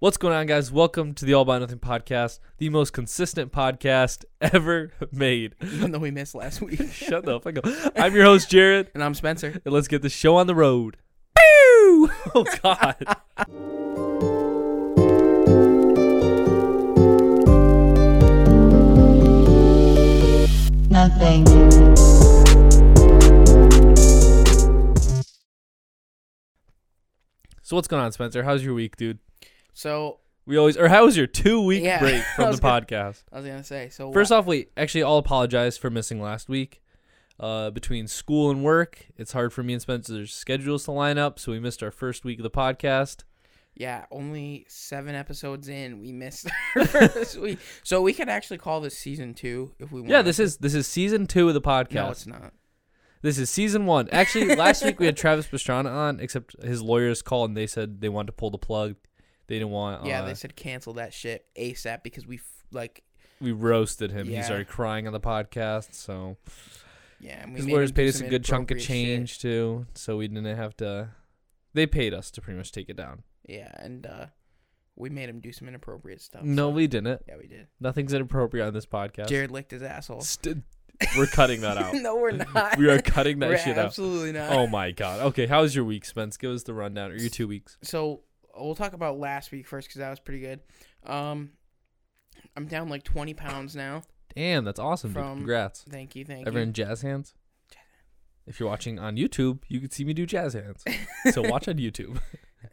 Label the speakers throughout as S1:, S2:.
S1: What's going on, guys? Welcome to the All by Nothing podcast, the most consistent podcast ever made.
S2: even though we missed last week.
S1: Shut the fuck up. I'm your host, Jared,
S2: And I'm Spencer.
S1: and let's get the show on the road. Oh, God.
S3: Nothing.
S1: so, what's going on, Spencer? How's your week, dude?
S2: So
S1: We always, or how was your two week
S2: Yeah,
S1: break
S2: I
S1: from the
S2: was gonna-
S1: podcast?
S2: I was gonna say. So
S1: First off, wait, actually, I'll apologize for missing last week. Uh, between school and work, it's hard for me and Spencer's schedules to line up, so we missed our first week of the podcast.
S2: yeah, only seven episodes in, we missed our first week. So we could actually call this season two if we want.
S1: Yeah, this is this is season two of the podcast.
S2: no, it's not.
S1: This is season one. Actually, last week we had Travis Pastrana on, except his lawyers called and they said they wanted to pull the plug. They didn't want.
S2: yeah,
S1: uh,
S2: they said cancel that shit ASAP because we f- like
S1: we roasted him. He
S2: Yeah.
S1: started crying on the podcast, so
S2: yeah. And we
S1: his
S2: made
S1: lawyers
S2: him do
S1: paid us
S2: some
S1: a good chunk of
S2: inappropriate
S1: change too, so we didn't have to. They paid us to pretty much take it down.
S2: shit. Yeah, and uh, we made him do some inappropriate stuff.
S1: no,
S2: so-
S1: we didn't.
S2: yeah, we did.
S1: Nothing's inappropriate on this podcast.
S2: Jared licked his asshole.
S1: St- we're cutting that out.
S2: no, we're not.
S1: we are cutting that
S2: We're
S1: shit out.
S2: absolutely not.
S1: Oh my god. Okay, how was your week, Spence? Give us the rundown. Or your two weeks.
S2: so we'll talk about last week first because that was pretty good. Um, I'm down like 20 pounds now.
S1: Damn, that's awesome, dude.
S2: From-
S1: Congrats.
S2: Thank you, thank
S1: Ever in jazz hands? If you're watching on YouTube, you can see me do jazz hands.
S2: you.
S1: So watch on YouTube.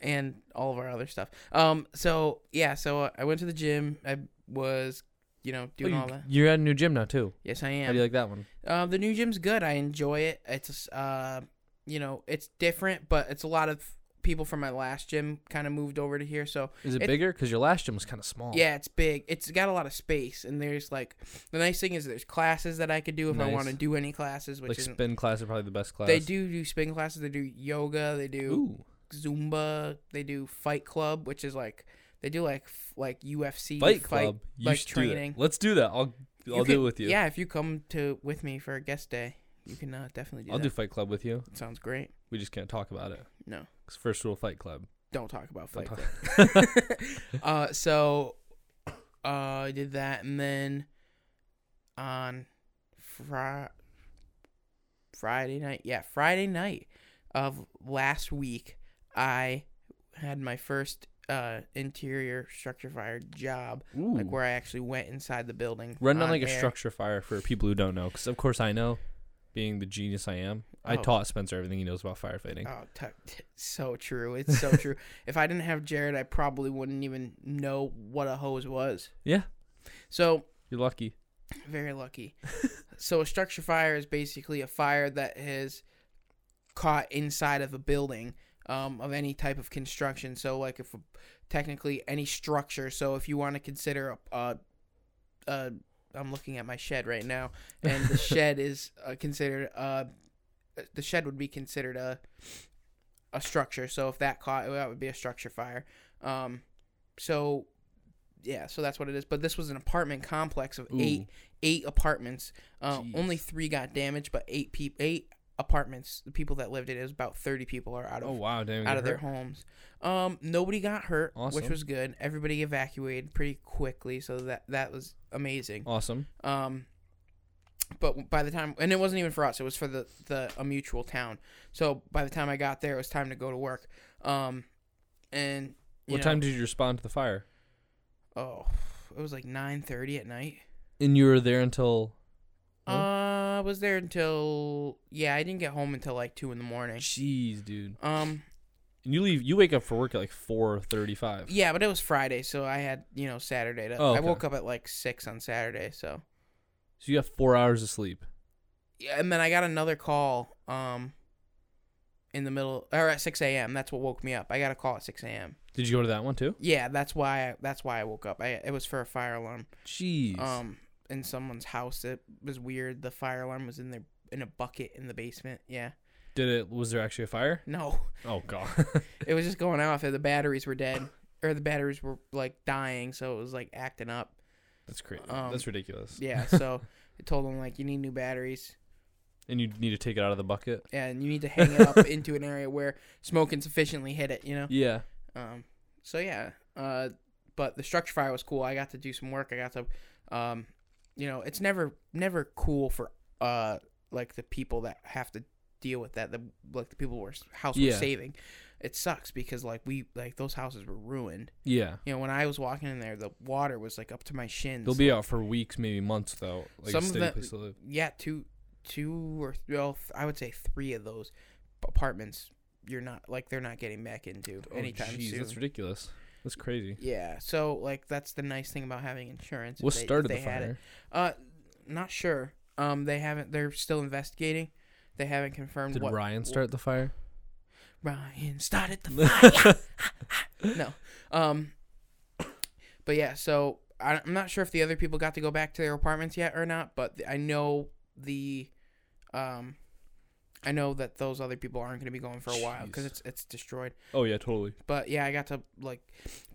S2: and all of our other stuff. Um, so yeah, so uh, I went to the gym. I was, you know, doing all
S1: Oh, you,
S2: that.
S1: you're at a new gym now too.
S2: Yes, I
S1: How do
S2: am.
S1: you like that one?
S2: uh, the new gym's good. I enjoy it. It's uh, you know, it's different, but it's a lot of people from my last gym kind of moved over to here. So
S1: Is it,
S2: It-
S1: bigger? Because your last gym was kind of small.
S2: Yeah, it's big. It's got a lot of space, and there's like the nice thing is there's classes that I could do if I
S1: Nice.
S2: want to do any classes, which
S1: like
S2: isn't.
S1: spin class are probably the best class.
S2: They do do spin classes. They do yoga. They do
S1: Ooh,
S2: Zumba. They do Fight Club, which is like they do like f- like UFC
S1: fight club. you
S2: like
S1: should do that.
S2: training.
S1: Let's do that. I'll
S2: You
S1: I'll do
S2: could-
S1: it with you.
S2: Yeah, if you come to with me for a guest day, you can uh, definitely do
S1: I'll
S2: that.
S1: do fight club with you.
S2: Sounds great.
S1: We just can't talk about it.
S2: No.
S1: 'Cause first rule, fight club.
S2: Don't talk about
S1: Don't
S2: Fight
S1: talk-
S2: Club. uh, so uh, I did that, and then on Fri Friday night, yeah, Friday night of last week, I had my first uh, interior structure fire job,
S1: Ooh.
S2: like where I actually went inside the building.
S1: Run down like a
S2: air.
S1: structure fire for people who don't know. Because of course I know, being the genius I am. I
S2: Oh.
S1: taught Spencer everything he knows about firefighting.
S2: Oh, t- t- so true. It's so true. If I didn't have Jared, I probably wouldn't even know what a hose was.
S1: Yeah.
S2: So
S1: You're lucky.
S2: Very lucky. so a structure fire is basically a fire that has caught inside of a building um, of any type of construction. So like if technically any structure. So if you want to consider a, a, a I'm looking at my shed right now, and the shed is uh, considered uh, the shed would be considered a a structure. So if that caught, that would be a structure fire. Um, so yeah, so that's what it is. But this was an apartment complex of
S1: Ooh.
S2: eight eight apartments. Uh,
S1: Jeez.
S2: only three got damaged, but eight people eight apartments. The people that lived in it, it was about thirty people are out of
S1: Oh wow, damn.
S2: out of their homes. Um, nobody got hurt,
S1: Awesome.
S2: which was good. Everybody evacuated pretty quickly, so that that was amazing.
S1: Awesome.
S2: Um, but by the time, and it wasn't even for us; it was for the the a mutual town. So by the time I got there, it was time to go to work. Um, and you
S1: What
S2: know,
S1: time did you respond to the fire?
S2: Oh, it was like nine thirty at night.
S1: And you were there until Huh?
S2: Uh, I was there until yeah, I didn't get home until like two in the morning.
S1: jeez, dude.
S2: Um,
S1: And you leave. You wake up for work at like four thirty-five.
S2: Yeah, but it was Friday, so I had you know Saturday. To,
S1: Oh,
S2: I
S1: okay.
S2: woke up at like six on Saturday, so
S1: So you have four hours of sleep.
S2: yeah, and then I got another call um in the middle or at six a.m. That's what woke me up. I got a call at six a.m.
S1: Did you go to that one too?
S2: Yeah, that's why I, that's why I woke up. I it was for a fire alarm.
S1: Jeez.
S2: Um, in someone's house, it was weird. The fire alarm was in their in a bucket in the basement. Yeah,
S1: Did it? Was there actually a fire?
S2: no,
S1: Oh god.
S2: it was just going off. and The batteries were dead, or the batteries were like dying, so it was like acting up.
S1: That's crazy.
S2: Um,
S1: That's ridiculous.
S2: Yeah, so I told them like you need new batteries.
S1: And you need to take it out of the bucket.
S2: and you need to hang it up into an area where smoke can sufficiently hit it, you know?
S1: Yeah.
S2: Um, so yeah, Uh, but the structure fire was cool. I got to do some work. I got to, um, you know, it's never never cool for uh like the people that have to deal with that. The like the people were house
S1: Yeah.
S2: was saving. It sucks because like we like those houses were ruined.
S1: Yeah.
S2: You know, when I was walking in there, the water was like up to my shins.
S1: They'll be out for weeks, maybe months, though. Like
S2: Some
S1: a
S2: of
S1: steady
S2: the-
S1: place to live.
S2: yeah, two, two or th- well, th- I would say three of those apartments. You're not like they're not getting back into
S1: Oh,
S2: anytime
S1: jeez,
S2: soon.
S1: That's ridiculous. That's crazy.
S2: yeah, so like that's the nice thing about having insurance. if
S1: What
S2: they- if
S1: started the
S2: they had it.
S1: fire?
S2: Uh, not sure. Um, they haven't. They're still investigating. They haven't confirmed
S1: Did
S2: what
S1: Ryan start the fire?
S2: Ryan started the fire. no. Um. But yeah, so I, I'm not sure if the other people got to go back to their apartments yet or not. But I know the, um, I know that those other people aren't going to be going for a while because
S1: Jeez.
S2: it's it's destroyed.
S1: Oh yeah, totally.
S2: But yeah, I got to like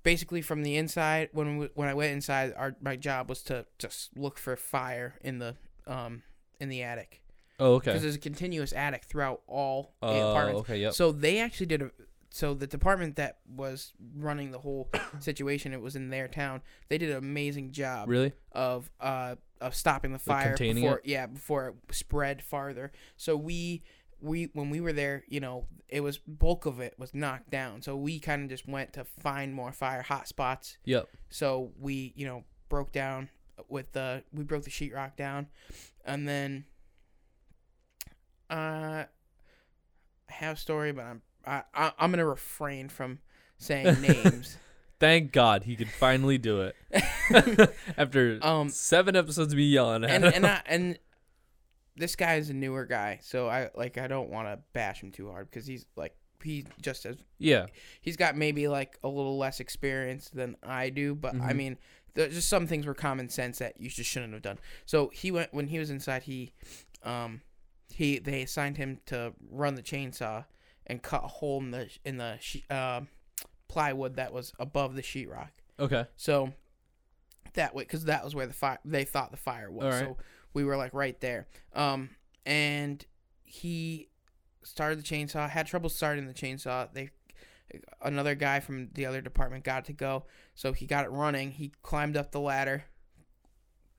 S2: basically from the inside when we, when I went inside, our my job was to just look for fire in the um in the attic
S1: Oh
S2: because
S1: okay.
S2: there's a continuous attic throughout all the
S1: Oh
S2: apartments.
S1: okay. Yep.
S2: So they actually did a. So the department that was running the whole situation, it was in their town. They did an amazing job
S1: really?
S2: of uh of stopping the fire
S1: containing
S2: before yeah before it spread farther. So we we when we were there, you know, it was bulk of it was knocked down. So we kind of just went to find more fire hotspots.
S1: Yep.
S2: So we you know broke down with the we broke the sheetrock down, and then uh I have story, but I'm I, I I'm gonna refrain from saying names.
S1: Thank God he could finally do it after
S2: Um,
S1: seven episodes of me yelling at
S2: and
S1: him.
S2: and I, and this guy is a newer guy, so I like I don't want to bash him too hard because he's like he just has
S1: yeah.
S2: he's got maybe like a little less experience than I do, but I
S1: Mhm.
S2: mean there's just some things were common sense that you just shouldn't have done. So he went when he was inside. He um he they assigned him to run the chainsaw and cut a hole in the in the she- uh, plywood that was above the sheetrock.
S1: Okay.
S2: So that way, because that was where the fire they thought the fire was.
S1: All right.
S2: So we were like right there. Um, and he started the chainsaw. Had trouble starting the chainsaw. They another guy from the other department got it to go, so he got it running. He climbed up the ladder,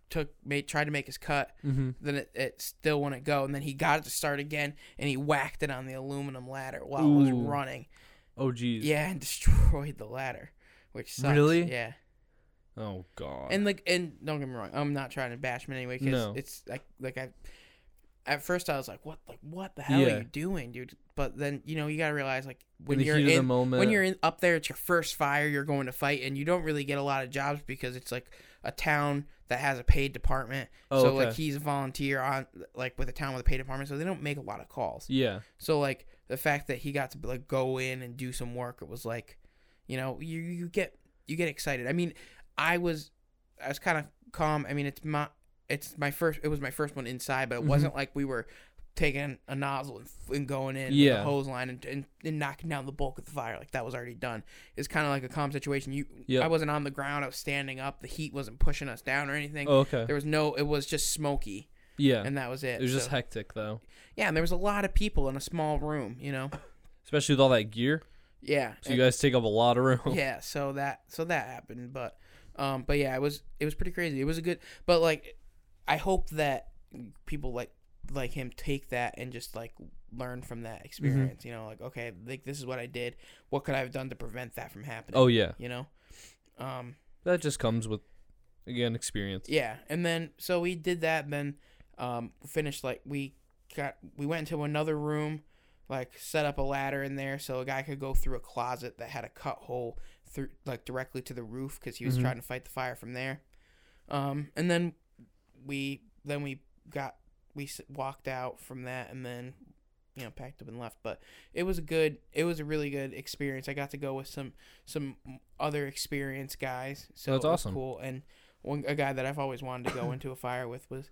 S2: took made tried to make his cut.
S1: Mm-hmm.
S2: Then it, it still wouldn't go, and then he got it to start again, and he whacked it on the aluminum ladder while it was
S1: Ooh.
S2: running.
S1: Oh geez.
S2: Yeah, and destroyed the ladder, which sucks.
S1: Really?
S2: Yeah.
S1: Oh God.
S2: And like, and don't get me wrong, I'm not trying to bash him anyway. Cause
S1: No.
S2: it's like, like I, at first I was like, what, like what the hell
S1: Yeah.
S2: are you doing, dude? But then you know you gotta realize like when
S1: the
S2: you're
S1: heat of the
S2: in,
S1: moment.
S2: when you're in up there, it's your first fire you're going to fight, and you don't really get a lot of jobs because it's like a town that has a paid department.
S1: Oh,
S2: so
S1: okay.
S2: like he's a volunteer on like with a town with a paid department, so they don't make a lot of calls.
S1: yeah.
S2: So like the fact that he got to like go in and do some work, it was like, you know, you you get you get excited. I mean, I was I was kind of calm. I mean, it's my it's my first it was my first one inside, but it
S1: Mhm.
S2: wasn't like we were taking a nozzle and, f- and going in with
S1: Yeah.
S2: a hose line and, and, and knocking down the bulk of the fire like that was already done. It's kind of like a calm situation. You
S1: Yep.
S2: I wasn't on the ground. I was standing up. The heat wasn't pushing us down or anything.
S1: Oh, okay.
S2: There was no. It was just smoky,
S1: Yeah.
S2: and that was it.
S1: it was
S2: So-
S1: just hectic though,
S2: yeah, and there was a lot of people in a small room. You know.
S1: especially with all that gear.
S2: Yeah.
S1: So you guys take up a lot of room.
S2: yeah, so that so that happened, but um but yeah, it was it was pretty crazy. It was a good but like I hope that people like like him take that and just like learn from
S1: Mm-hmm.
S2: that experience, you know, like okay, like this is what I did. What could I have done to prevent that from happening?
S1: Oh yeah.
S2: You know? Um
S1: That just comes with again experience.
S2: yeah, and then so we did that. And then um, finished like we got we went into another room, like set up a ladder in there so a guy could go through a closet that had a cut hole through like directly to the roof because he was
S1: Mhm.
S2: trying to fight the fire from there. Um, and then we then we got we s- walked out from that and then you know packed up and left but it was a good it was a really good experience i got to go with some some other experienced guys so
S1: That's
S2: it was
S1: awesome.
S2: cool and one a guy that i've always wanted to go into a fire with was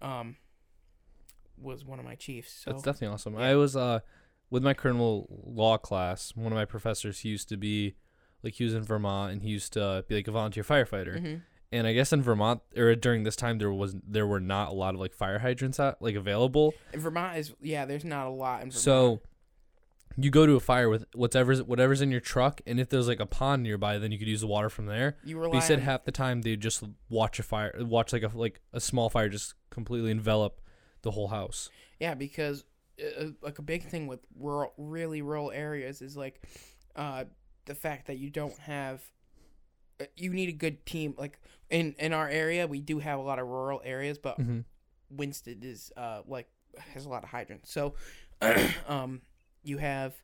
S2: um was one of my chiefs so
S1: That's definitely awesome.
S2: yeah.
S1: I was uh with my criminal law class, one of my professors he used to be like he was in Vermont and he used to be like a volunteer firefighter.
S2: Mhm.
S1: And I guess in Vermont or during this time there was there were not a lot of like fire hydrants out, like available.
S2: And vermont is yeah there's not a lot in vermont
S1: So you go to a fire with whatever's whatever's in your truck, and if there's like a pond nearby, then you could use the water from there.
S2: You
S1: But
S2: rely
S1: he said
S2: on
S1: half the time they just watch a fire, watch like a like a small fire just completely envelop the whole house.
S2: Yeah, because uh, uh, like a big thing with rural, really rural areas is like uh, the fact that you don't have. uh, You need a good team. Like in in our area, we do have a lot of rural areas, but
S1: Mm-hmm.
S2: Winston is uh like has a lot of hydrants. So, um, you have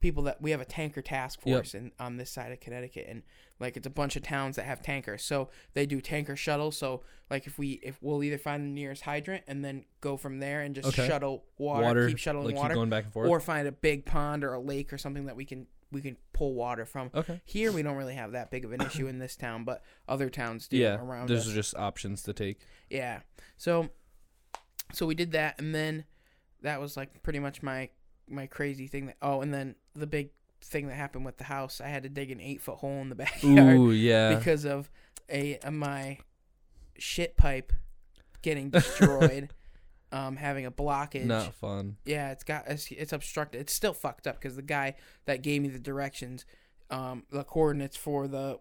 S2: people that we have a tanker task
S1: Yep.
S2: force in on this side of Connecticut, and like it's a bunch of towns that have tankers. So they do tanker shuttles. So like if we if we'll either find the nearest hydrant and then go from there and just
S1: Okay.
S2: shuttle water, keep shuttling
S1: like keep
S2: water,
S1: going back and forth.
S2: or find a big pond or a lake or something that we can we can pull water from.
S1: okay.
S2: Here we don't really have that big of an issue in this town, but other towns do
S1: Yeah,
S2: around us.
S1: there's just options to take.
S2: Yeah. So so we did that and then that was like pretty much my my crazy thing that oh and then the big thing that happened with the house, I had to dig an 8 foot hole in the backyard
S1: Ooh, yeah.
S2: because of a, a my shit pipe getting destroyed, um having a blockage.
S1: Not fun.
S2: Yeah, it's got it's, it's obstructed. It's still fucked up because the guy that gave me the directions, um, the coordinates for the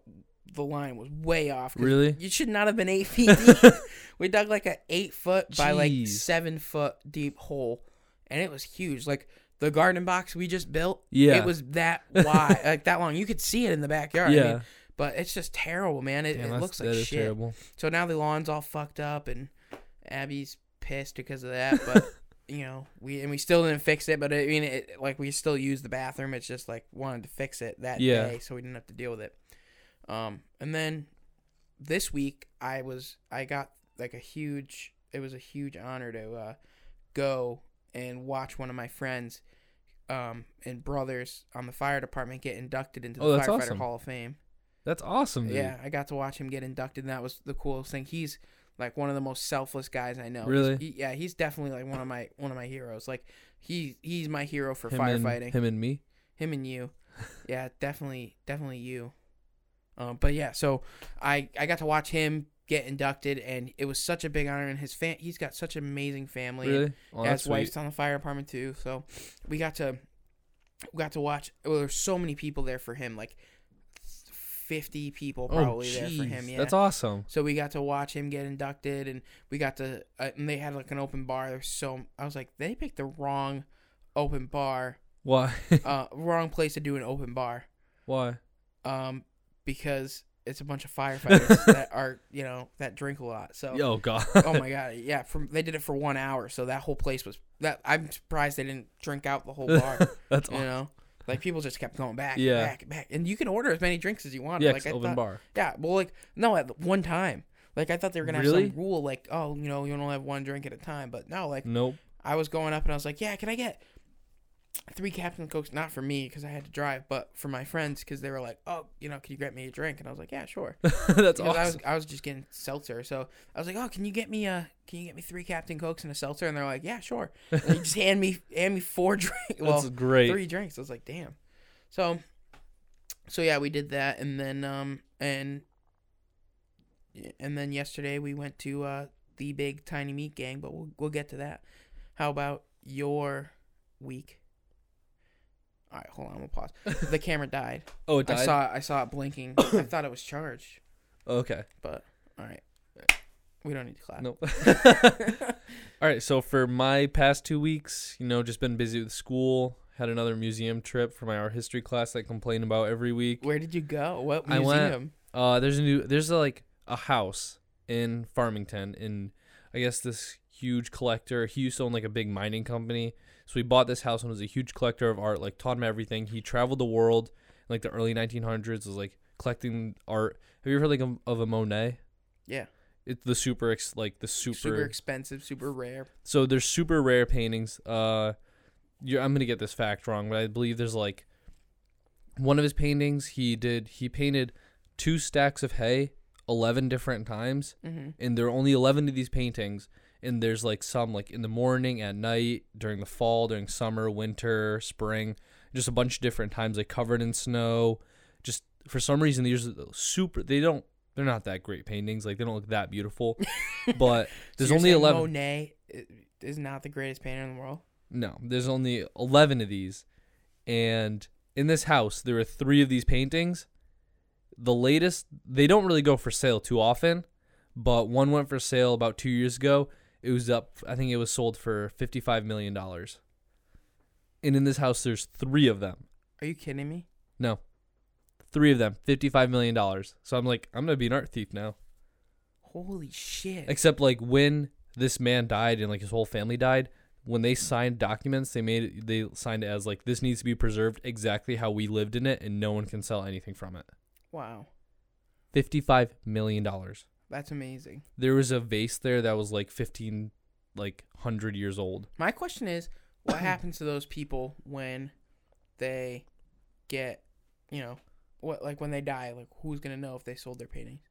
S2: the line was way off. 'cause
S1: Really?
S2: you should not have been eight feet deep. we dug like a eight foot by like
S1: Jeez.
S2: seven foot deep hole, and it was huge. Like the garden box we just built,
S1: Yeah.
S2: it was that wide, like that long. You could see it in the backyard. I mean,
S1: Yeah.
S2: but it's just terrible, man. It,
S1: Damn,
S2: it
S1: that's-
S2: looks
S1: that
S2: like
S1: is
S2: shit.
S1: terrible.
S2: So now the lawn's all fucked up, and Abby's pissed because of that. But you know, we and we still didn't fix it. But I mean, it, like we still use the bathroom. It's just like wanted to fix it that
S1: Yeah.
S2: day, so we didn't have to deal with it. Um, and then this week I was I got like a huge. It was a huge honor to uh, go and watch one of my friends um, and brothers on the fire department get inducted into the
S1: Oh, that's
S2: firefighter
S1: awesome.
S2: hall of fame.
S1: That's awesome, dude.
S2: Yeah, I got to watch him get inducted, and that was the coolest thing. He's like one of the most selfless guys I know. He's-
S1: Really?
S2: he- yeah, he's definitely like one of my one of my heroes. Like he he's my hero for
S1: Him and-
S2: firefighting. him.
S1: him and me.
S2: and you. Yeah, definitely definitely you. Um, but yeah, so I I got to watch him get inducted, and it was such a big honor. And his fan, he's got such an amazing family. and
S1: Really? Oh,
S2: yeah,
S1: that's
S2: his wife's
S1: sweet.
S2: on the fire department too. So we got to we got to watch. Well, there's so many people there for him, like fifty people probably there for him.
S1: Oh, jeez,
S2: Yeah.
S1: That's awesome.
S2: so we got to watch him get inducted, and we got to uh, and they had like an open bar. There's so I was like, they picked the wrong open bar,
S1: Why?
S2: uh, wrong place to do an open bar,
S1: Why?
S2: um, because it's a bunch of firefighters that are you know that drink a lot. So
S1: Oh god.
S2: oh my god yeah from they did it for one hour so that whole place was that i'm surprised they didn't drink out the whole bar
S1: that's
S2: you
S1: awesome.
S2: know like people just kept going back
S1: Yeah.
S2: back back and you can order as many drinks as you want
S1: Yeah,
S2: like
S1: 'cause open
S2: thought,
S1: bar.
S2: yeah well like no at one time like i thought they were gonna
S1: Really?
S2: have some rule like oh you know you only have one drink at a time but no like
S1: Nope.
S2: i was going up and i was like yeah can i get three captain cokes not for me because i had to drive but for my friends because they were like oh you know can you get me a drink and i was like yeah sure
S1: that's
S2: because
S1: awesome.
S2: I was I was just getting seltzer, so I was like, "Oh, can you get me a can you get me three Captain Cokes and a seltzer?" And they're like, "Yeah, sure." And they just hand me hand me four drinks, well,
S1: that's great.
S2: three drinks. I was like, "Damn." So, so yeah, we did that, and then um and and then yesterday we went to uh the big tiny meat gang, but we'll we'll get to that. How about your week? All right, hold on, we'll pause. The camera died.
S1: oh, it died.
S2: I saw I saw it blinking. I thought it was charged.
S1: okay.
S2: But all right, we don't need to clap.
S1: Nope. All right. So for my past two weeks, you know, just been busy with school. Had another museum trip for my art history class that I complain about every week.
S2: Where did you go? What
S1: I
S2: museum?
S1: went- Uh, there's a new there's a, like a house in Farmington, and I guess this huge collector. He used to own like a big mining company, so he bought this house and was a huge collector of art. Like taught him everything. He traveled the world in like the early 1900s. Was like collecting art. Have you ever heard like of, of a Monet?
S2: Yeah.
S1: It's the super ex, like the
S2: super, expensive, super rare.
S1: so there's super rare paintings. Uh, you're, I'm gonna get this fact wrong, but I believe there's like one of his paintings. He did he painted two stacks of hay eleven different times,
S2: Mm-hmm.
S1: and there are only eleven of these paintings. And there's like some like in the morning, at night, during the fall, during summer, winter, spring, just a bunch of different times. Like covered in snow. Just for some reason, these are super. They don't. They're not that great paintings. Like they don't look that beautiful. But there's only eleven.
S2: Monet i- is not the greatest painter in the world.
S1: No, there's only 11 of these. And in this house, there are three of these paintings. The latest, they don't really go for sale too often, but one went for sale about two years ago. It was up, I think it was sold for $55 million. And in this house, there's three of them.
S2: Are you kidding me?
S1: No, three of them, $55 million. So I'm like, I'm going to be an art thief now.
S2: Holy shit.
S1: Except like when this man died and like his whole family died, when they signed documents, they made it, they signed it as like this needs to be preserved exactly how we lived in it, and no one can sell anything from it.
S2: wow.
S1: Fifty-five million dollars.
S2: That's amazing.
S1: There was a vase there that was like fifteen, like hundred years old.
S2: My question is, what happens to those people when they get, you know, what like when they die? Like, who's gonna know if they sold their paintings?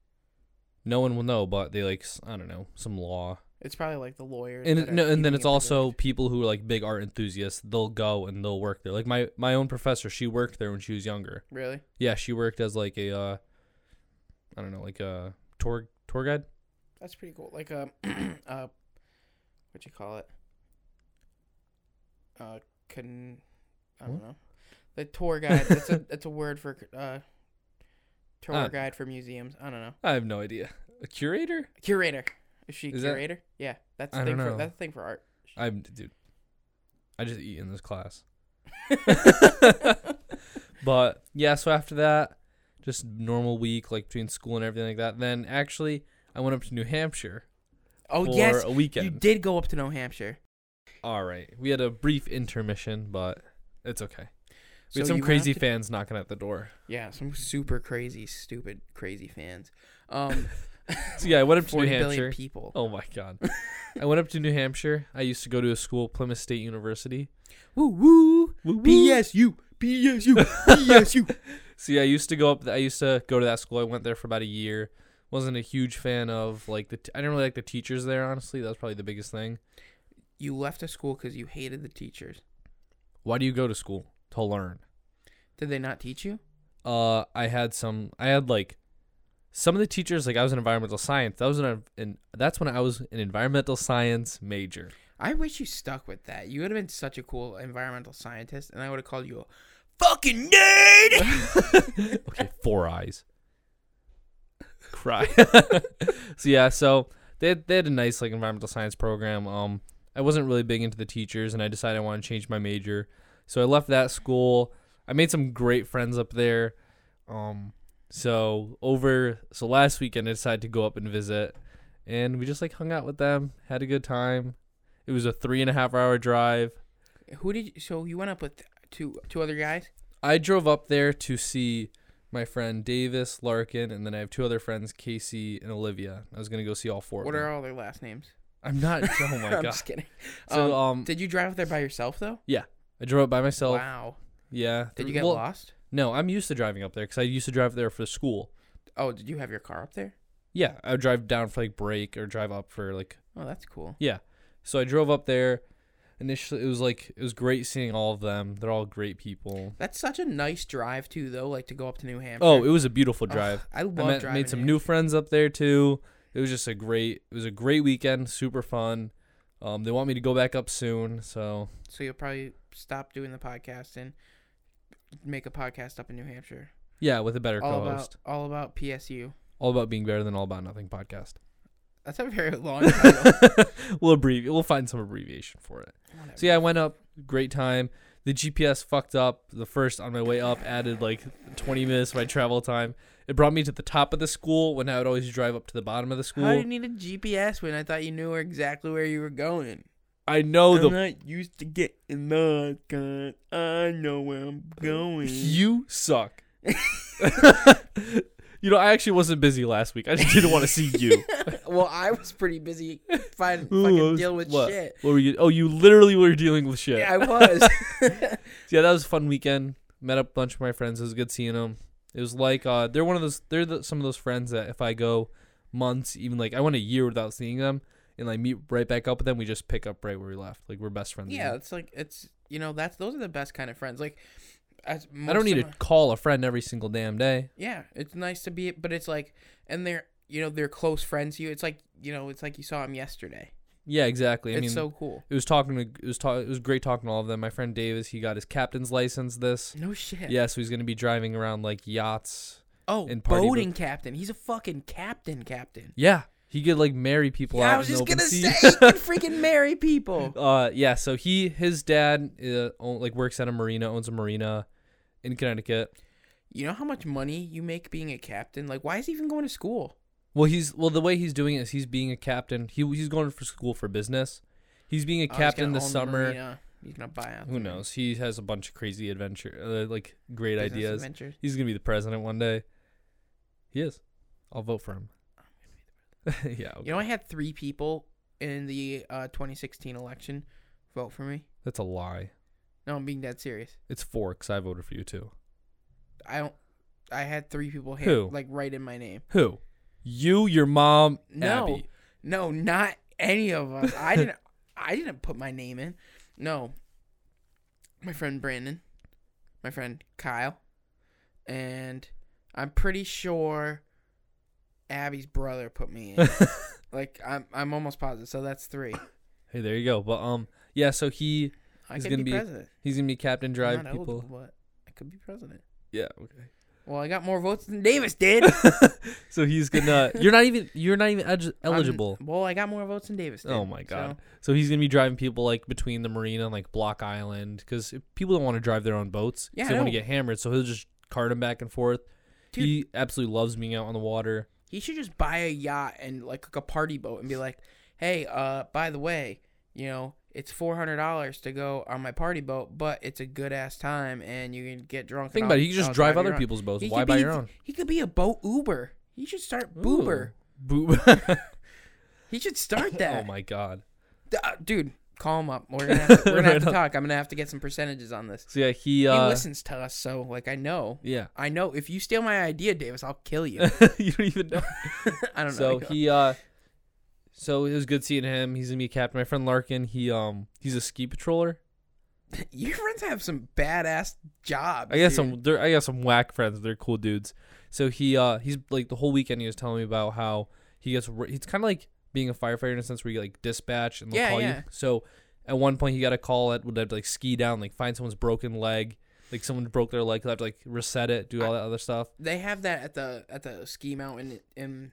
S1: No one will know, but they like s- I don't know some law,
S2: It's probably like the lawyers.
S1: and
S2: that
S1: it-
S2: are
S1: no, and then
S2: keeping
S1: it's
S2: it
S1: also
S2: preserved.
S1: people who are like big art enthusiasts. They'll go and they'll work there. Like my my own professor, she worked there when she was younger.
S2: really.
S1: Yeah, she worked as like a, uh, I don't know, like a tour tour guide.
S2: That's pretty cool. Like a, uh, what you call it? Uh, can I don't
S1: What?
S2: know. The tour guide. That's a that's a word for uh, tour
S1: Ah.
S2: guide for museums. I don't know.
S1: I have no idea. A curator?
S2: Curator. Is she a
S1: Is that-
S2: curator? Yeah, that's
S1: I
S2: a thing
S1: don't
S2: for
S1: know.
S2: that's a thing for art.
S1: I'm dude. I just eat in this class. But yeah, so after that, just normal week like between school and everything like that. Then actually, I went up to New Hampshire
S2: oh
S1: for
S2: yes,
S1: a
S2: you
S1: weekend.
S2: did go up to New Hampshire.
S1: All right, we had a brief intermission, but it's okay. We had
S2: So you
S1: some
S2: went
S1: crazy
S2: up to-
S1: fans knocking at the door.
S2: Yeah, some super crazy, stupid, crazy fans. Um,
S1: So yeah, I went up to New
S2: forty billion
S1: Hampshire.
S2: people.
S1: Oh my god, I went up to New Hampshire. I used to go to a school, Plymouth State University.
S2: Woo woo.
S1: Woo-woo.
S2: PSU. PSU. PSU.
S1: See, I used to go up. I used to go to that school. I went there for about a year. Wasn't a huge fan of like the. T- I didn't really like the teachers there. Honestly, that was probably the biggest thing.
S2: You left a school because you hated the teachers.
S1: Why do you go to school to learn?
S2: Did they not teach you?
S1: Uh, I had some. I had like some of the teachers. Like I was in environmental science. That was an. And that's when I was an environmental science major.
S2: I wish you stuck with that. You would have been such a cool environmental scientist, and I would have called you a fucking nerd.
S1: okay, four eyes. Cry. so yeah, so they had, they had a nice like environmental science program. Um, I wasn't really big into the teachers, and I decided I wanted to change my major, so I left that school. I made some great friends up there. Um, so over so last weekend I decided to go up and visit, and we just like hung out with them, had a good time. It was a three and a half hour drive.
S2: Who did you? So you went up with two two other guys.
S1: I drove up there to see my friend Davis Larkin, and then I have two other friends, Casey and Olivia. I was gonna go see all four.
S2: What
S1: of them.
S2: are all their last names?
S1: I'm not. Oh my
S2: I'm
S1: god.
S2: just kidding.
S1: So
S2: um,
S1: um,
S2: did you drive up there by yourself though?
S1: I drove up by myself.
S2: wow.
S1: Yeah.
S2: Did
S1: Th-
S2: you get
S1: well,
S2: lost?
S1: No, I'm used to driving up there because I used to drive there for school.
S2: Oh, did you have your car up there?
S1: Yeah, I would drive down for like break or drive up for like.
S2: Oh, that's cool.
S1: So I drove up there. Initially, it was like it was great seeing all of them. They're all great people.
S2: That's such a nice drive too, though. Like to go up to New Hampshire.
S1: Oh, it was a beautiful drive.
S2: Ugh, I love
S1: I met,
S2: driving.
S1: made some
S2: there.
S1: new friends up there too. It was just a great. It was a great weekend. Super fun. Um, they want me to go back up soon, so
S2: So you'll probably stop doing the podcast and make a podcast up in New Hampshire.
S1: yeah, with a better
S2: All
S1: co-host.
S2: about all about PSU.
S1: all about being better than all about nothing podcast.
S2: That's a very long title.
S1: we'll abbreviate. We'll find some abbreviation for it.
S2: Whatever.
S1: So yeah, I went up. Great time. The GPS fucked up. The first on my way up added like 20 minutes of my travel time. It brought me to the top of the school when I would always drive up to the bottom of the
S2: How do you
S1: school.
S2: need a GPS when I thought you knew exactly where you were going?
S1: I know Oh, the
S2: not used to getting lost, cause I know where I'm going.
S1: You suck. you know, I actually wasn't busy last week. I just didn't want to see you.
S2: well, I was pretty busy find,
S1: Ooh, I
S2: fucking
S1: was-
S2: dealing with
S1: what?
S2: shit.
S1: What were you? Oh, you literally were dealing with shit.
S2: Yeah, I was.
S1: So, yeah, that was a fun weekend. Met up a bunch of my friends. It was good seeing them. It was like uh, they're one of those. They're the, some of those friends that if I go months, even like I went a year without seeing them, and like meet right back up with them, we just pick up right where we left. Like we're best friends.
S2: yeah,
S1: again.
S2: it's like it's you know that's those are the best kind of friends. Like, as
S1: I don't
S2: most
S1: need
S2: of
S1: to
S2: my-
S1: call a friend every single damn day.
S2: Yeah, it's nice to be, but it's like, and they're you know they're close friends. to You, it's like you know, it's like you saw him yesterday.
S1: Yeah, exactly. I mean,
S2: it's so cool.
S1: it was talking to it was ta- it was great talking to all of them. My friend Davis, he got his captain's license this.
S2: No shit.
S1: Yeah, so he's gonna be driving around like yachts.
S2: Oh,
S1: and party
S2: boating captain. He's a fucking captain, captain.
S1: Yeah, he could like marry people out.
S2: Yeah, I was
S1: in the
S2: just gonna
S1: open
S2: say
S1: sea.
S2: he can freaking marry people.
S1: uh, yeah. So he his dad uh, own, like works at a marina, owns a marina in Connecticut.
S2: You know how much money you make being a captain? Like, why is he even going to school? Oh,
S1: Well, he's well the way he's doing it is he's being a captain. He he's going for school for business. He's being a
S2: Oh, he's
S1: captain
S2: gonna
S1: this
S2: own the
S1: summer.
S2: marina. He's gonna buy out.
S1: Who knows? He has a bunch of crazy adventure, uh, like great ideas.
S2: Adventures.
S1: He's gonna be the president one day. He is. I'll vote for him. yeah, okay.
S2: You know, I had three people in the uh, 2016 election vote for me.
S1: that's a lie.
S2: No, I'm being dead serious.
S1: It's four because I voted for you too.
S2: I don't. I had three people hand,
S1: Who?
S2: like right in my name.
S1: Who? You, your mom,
S2: No,
S1: Abby.
S2: no, not any of us. I didn't. I didn't put my name in. No, my friend Brandon, my friend Kyle, and I'm pretty sure Abby's brother put me in. like I'm, I'm almost positive. So that's three.
S1: Hey, there you go. But um, yeah. So he
S2: I
S1: He's
S2: could
S1: gonna
S2: be
S1: be
S2: president.
S1: he's gonna be captain,
S2: I'm
S1: drive
S2: not
S1: people.
S2: old, but I could be president.
S1: Yeah. Okay.
S2: Well, I got more votes than Davis did.
S1: So he's gonna. you're not even. You're not even edg- eligible.
S2: I'm- well, I got more votes than Davis did.
S1: Oh my
S2: so-
S1: god. So he's gonna be driving people like between the marina and like Block Island because people don't want to drive their own boats. 'cause
S2: Yeah, I
S1: They want to
S2: know.
S1: get hammered, so he'll just cart them back and forth.
S2: Dude.
S1: He absolutely loves being out on the water.
S2: He should just buy a yacht and like, a party boat and be like, "Hey, uh, by the way, you know, it's four hundred dollars to go on my party boat, but it's a good ass time and you can get drunk." and
S1: Think
S2: I'll-
S1: about it. You can just
S2: I'll
S1: drive
S2: you
S1: other
S2: around."
S1: people's boats.
S2: He
S1: Why
S2: could
S1: buy
S2: be-
S1: your own?
S2: He could be a boat Uber. He should start Boober.
S1: Boob.
S2: He should start
S1: oh
S2: that.
S1: my god.
S2: D- uh, dude, call him up. We're gonna have to, we're gonna have to
S1: Right
S2: talk. I'm gonna have to get some percentages on this.
S1: So yeah, he.
S2: He
S1: Uh,
S2: listens to us, so like I know,
S1: Yeah.
S2: I know. If you steal my idea, Davis, I'll kill you.
S1: you don't even know.
S2: I don't
S1: So
S2: know.
S1: he. uh So it was good seeing him. He's gonna be a captain. My friend Larkin. He um he's a ski patroller.
S2: Your friends have some badass jobs.
S1: I got
S2: dude.
S1: some. They're, I got some whack friends. They're cool dudes. So he, uh, he's like the whole weekend. He was telling me about how he gets. r it's kind of like being a firefighter in a sense where you get, like dispatch and they'll
S2: Yeah,
S1: call
S2: yeah.
S1: you. So at one point he got a call that would have to like ski down, like find someone's broken leg, like someone broke their leg. They'll have to like reset it, do all that other stuff.
S2: They have that at the at the ski mountain in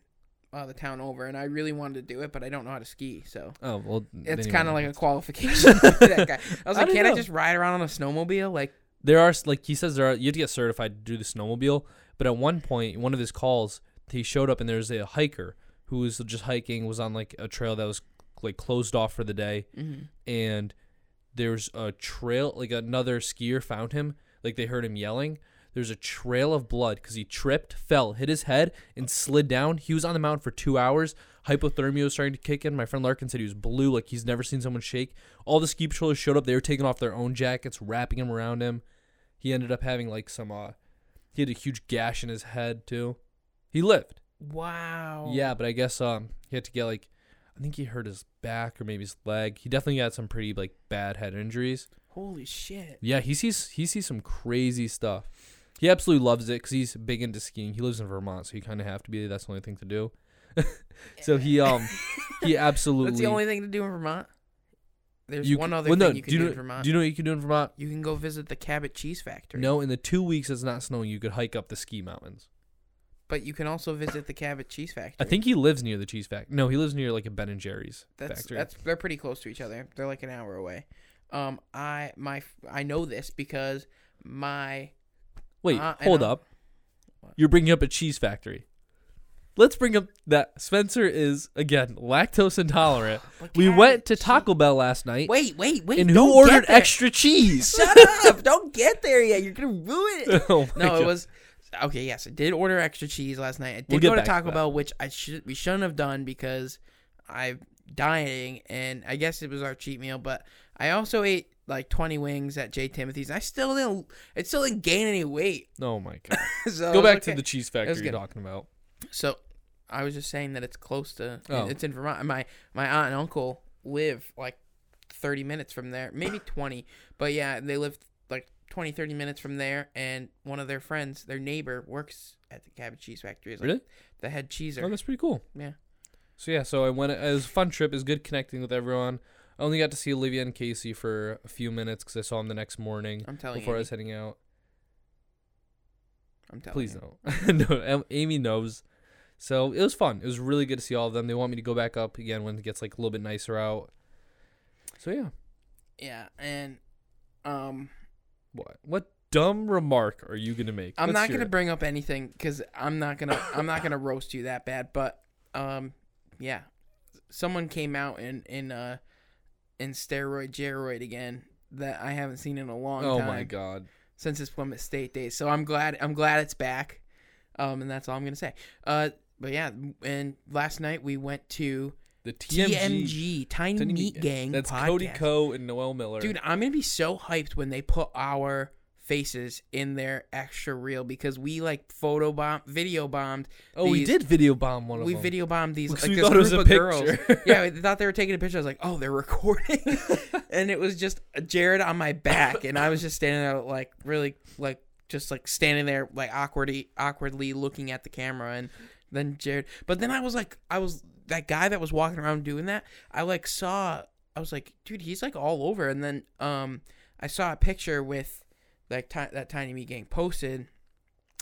S2: uh, the town over, and I really wanted to do it, but I don't know how to ski, so
S1: Oh well,
S2: it's
S1: anyway.
S2: kind of like a qualification. for that guy. I was
S1: I
S2: like,
S1: don't
S2: can't
S1: know.
S2: I just ride around on a snowmobile? Like,
S1: there are s- like he says there are you have to get certified to do the snowmobile but at one point one of his calls he showed up and there was a hiker who was just hiking was on like a trail that was like closed off for the day and there's a trail like another skier found him like they heard him yelling there's a trail of blood because he tripped fell hit his head and slid down he was on the mountain for two hours hypothermia was starting to kick in my friend larkin said he was blue like he's never seen someone shake all the ski patrollers showed up they were taking off their own jackets wrapping him around him he ended up having like some uh he had a huge gash in his head too he lived
S2: wow.
S1: yeah, but I guess um he had to get like I think he hurt his back or maybe his leg. He definitely got some pretty like bad head injuries.
S2: Holy shit.
S1: Yeah, he sees he sees some crazy stuff. He absolutely loves it because he's big into skiing. He lives in Vermont, so you kind of have to be. That's the only thing to do. so he um he absolutely.
S2: That's the only thing to do in Vermont. There's
S1: you
S2: one
S1: c-
S2: other
S1: well,
S2: thing
S1: no,
S2: you can
S1: do
S2: do,
S1: you know,
S2: in Vermont.
S1: Do you know what you can do in Vermont?
S2: you can go visit the Cabot Cheese Factory.
S1: No, in the two weeks it's not snowing, you could hike up the ski mountains.
S2: But you can also visit the Cabot Cheese Factory.
S1: I think he lives near the cheese factory. No, he lives near like a Ben and Jerry's
S2: That's
S1: factory.
S2: that's they're pretty close to each other. They're like an hour away. Um, I my I know this because my
S1: Wait,
S2: Uh, I
S1: hold
S2: know.
S1: up.
S2: What?
S1: You're bringing up a cheese factory. Let's bring up that Spencer is again lactose intolerant.
S2: But
S1: we
S2: God,
S1: went to
S2: she-
S1: Taco Bell last night,
S2: Wait, wait, wait!
S1: and who
S2: don't
S1: ordered
S2: get there.
S1: extra cheese?
S2: Shut up! Don't get there yet. You're gonna ruin it.
S1: oh my
S2: No,
S1: God.
S2: it was okay. Yes, I did order extra cheese last night. I did
S1: We'll get
S2: go to
S1: back to
S2: Taco
S1: that.
S2: Bell, which I should we shouldn't have done because I'm dying, and I guess it was our cheat meal. But I also ate like 20 wings at J Timothy's. And I still didn't. It still didn't gain any weight.
S1: Oh my god!
S2: so it
S1: Go
S2: was
S1: back
S2: okay.
S1: to the cheese factory
S2: good.
S1: you're talking about.
S2: So I was just saying that it's close to
S1: Oh.
S2: it's in Vermont. My my aunt and uncle live like 30 minutes from there, maybe 20. But yeah, they live like 20 30 minutes from there and one of their friends, their neighbor works at the cabbage cheese factory. Is like
S1: Really?
S2: The head cheeser.
S1: Oh, that's pretty cool.
S2: Yeah.
S1: So yeah, so I went. It was a fun trip. It was good connecting with everyone. I only got to see Olivia and Casey for a few minutes because I saw them the next morning
S2: I'm telling
S1: before I
S2: Oh, you.
S1: was heading out.
S2: I'm telling
S1: Please
S2: you.
S1: don't. no, Am- Amy knows. So it was fun. It was really good to see all of them. They want me to go back up again when it gets like a little bit nicer out. So yeah,
S2: Yeah, and um,
S1: what what dumb remark are you gonna make?
S2: I'm
S1: Let's
S2: not
S1: hear
S2: gonna
S1: it.
S2: bring up anything because I'm not gonna I'm not gonna roast you that bad. But um, yeah, someone came out in in uh in steroid Jeroid again that I haven't seen in a long
S1: Oh
S2: time
S1: my god.
S2: since his Plymouth State days. So I'm glad I'm glad it's back. Um, and that's all I'm gonna say. Uh, but yeah, and last night we went to
S1: The TMG.
S2: TMG, Tiny,
S1: Tiny
S2: Meat
S1: Meat-
S2: Gang.
S1: That's
S2: podcast.
S1: Cody Coe and Noel Miller.
S2: Dude, I'm gonna be so hyped when they put our faces in their extra reel because we like photo bomb, video bombed.
S1: oh, we
S2: these-
S1: did video bomb one of
S2: We
S1: them.
S2: video bombed these
S1: Because
S2: like
S1: we
S2: this
S1: thought it was
S2: group
S1: a
S2: of girls.
S1: picture.
S2: yeah, we thought they were taking a picture. I was like, oh, they're recording, and it was just Jared on my back, and I was just standing there like really like just like standing there like awkwardly awkwardly looking at the camera and then Jared. But then I was like, I was that guy that was walking around doing that. I like saw, I was like, dude, he's like all over. And then um, I saw a picture with like ti- that Tiny Me Gang posted,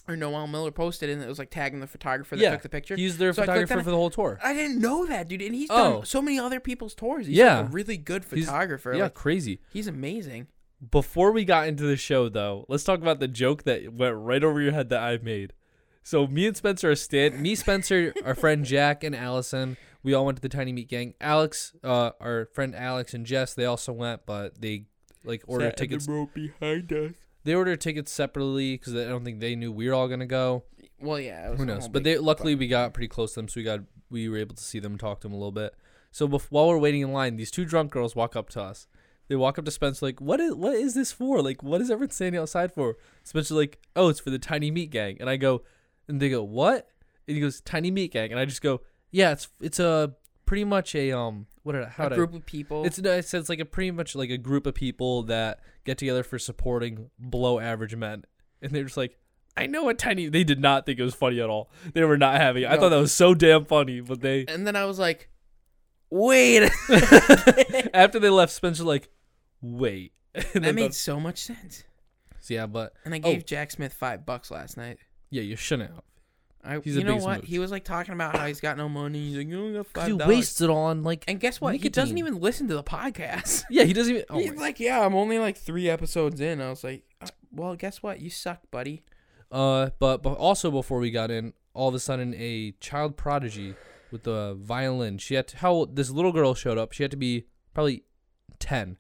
S2: or Noel Miller posted, and it was like tagging the photographer that
S1: Yeah,
S2: took the picture.
S1: He's their
S2: So I clicked
S1: photographer
S2: on it.
S1: for the whole tour.
S2: I didn't know that, dude. And he's
S1: Oh.
S2: done so many other people's tours. He's
S1: Yeah.
S2: like, a really good
S1: He's-
S2: photographer.
S1: Yeah,
S2: Like,
S1: crazy.
S2: he's amazing.
S1: Before we got into the show, though, let's talk about the joke that went right over your head that I made. So me and Spencer are stand. Me, Spencer, our friend Jack, and Allison. We all went to the Tiny Meat Gang. Alex, uh, our friend Alex and Jess, they also went, but they like ordered tickets.
S2: road behind us.
S1: they ordered tickets separately because I don't think they knew we were all gonna go.
S2: Well, yeah. it was
S1: Who
S2: a
S1: knows?
S2: whole
S1: But
S2: big-
S1: they luckily we got pretty close to them, so we got we were able to see them, talk to them a little bit. So bef- while we're waiting in line, these two drunk girls walk up to us. They walk up to Spencer like, "What is what is this for? Like, what is everyone standing outside for?" Spencer's like, "Oh, it's for the Tiny Meat Gang." And I go, and they go, "What?" And he goes, "Tiny Meat Gang." And I just go, "Yeah, it's it's a pretty much a um what did I, how
S2: a
S1: did I-
S2: group of people.
S1: it's no, it says like a pretty much like a group of people that get together for supporting below average men, and they're just like, I know what tiny. They did not think it was funny at all. They were not having. it. I
S2: No.
S1: thought that was so damn funny, but they
S2: and then I was like, wait, a-
S1: after they left, Spencer like, wait. And
S2: that
S1: then
S2: made so much sense.
S1: that's- yeah, but
S2: And I
S1: Oh.
S2: gave Jack Smith five bucks last night.
S1: yeah, you shouldn't have.
S2: I,
S1: He's the
S2: you know
S1: biggest
S2: what?
S1: mooch.
S2: He was like talking about how he's got no money. He's like, you only got
S1: Because
S2: five
S1: you
S2: dollars.
S1: wasted on like.
S2: and guess what? He doesn't
S1: nicotine.
S2: even listen to the podcast.
S1: yeah, he doesn't even. Oh
S2: he's
S1: my-
S2: like, yeah, I'm only like three episodes in. I was like, uh, well, guess what? You suck, buddy.
S1: Uh, but but also before we got in, all of a sudden a child prodigy with the violin. She had to, how old- this little girl showed up. She had to be probably 10,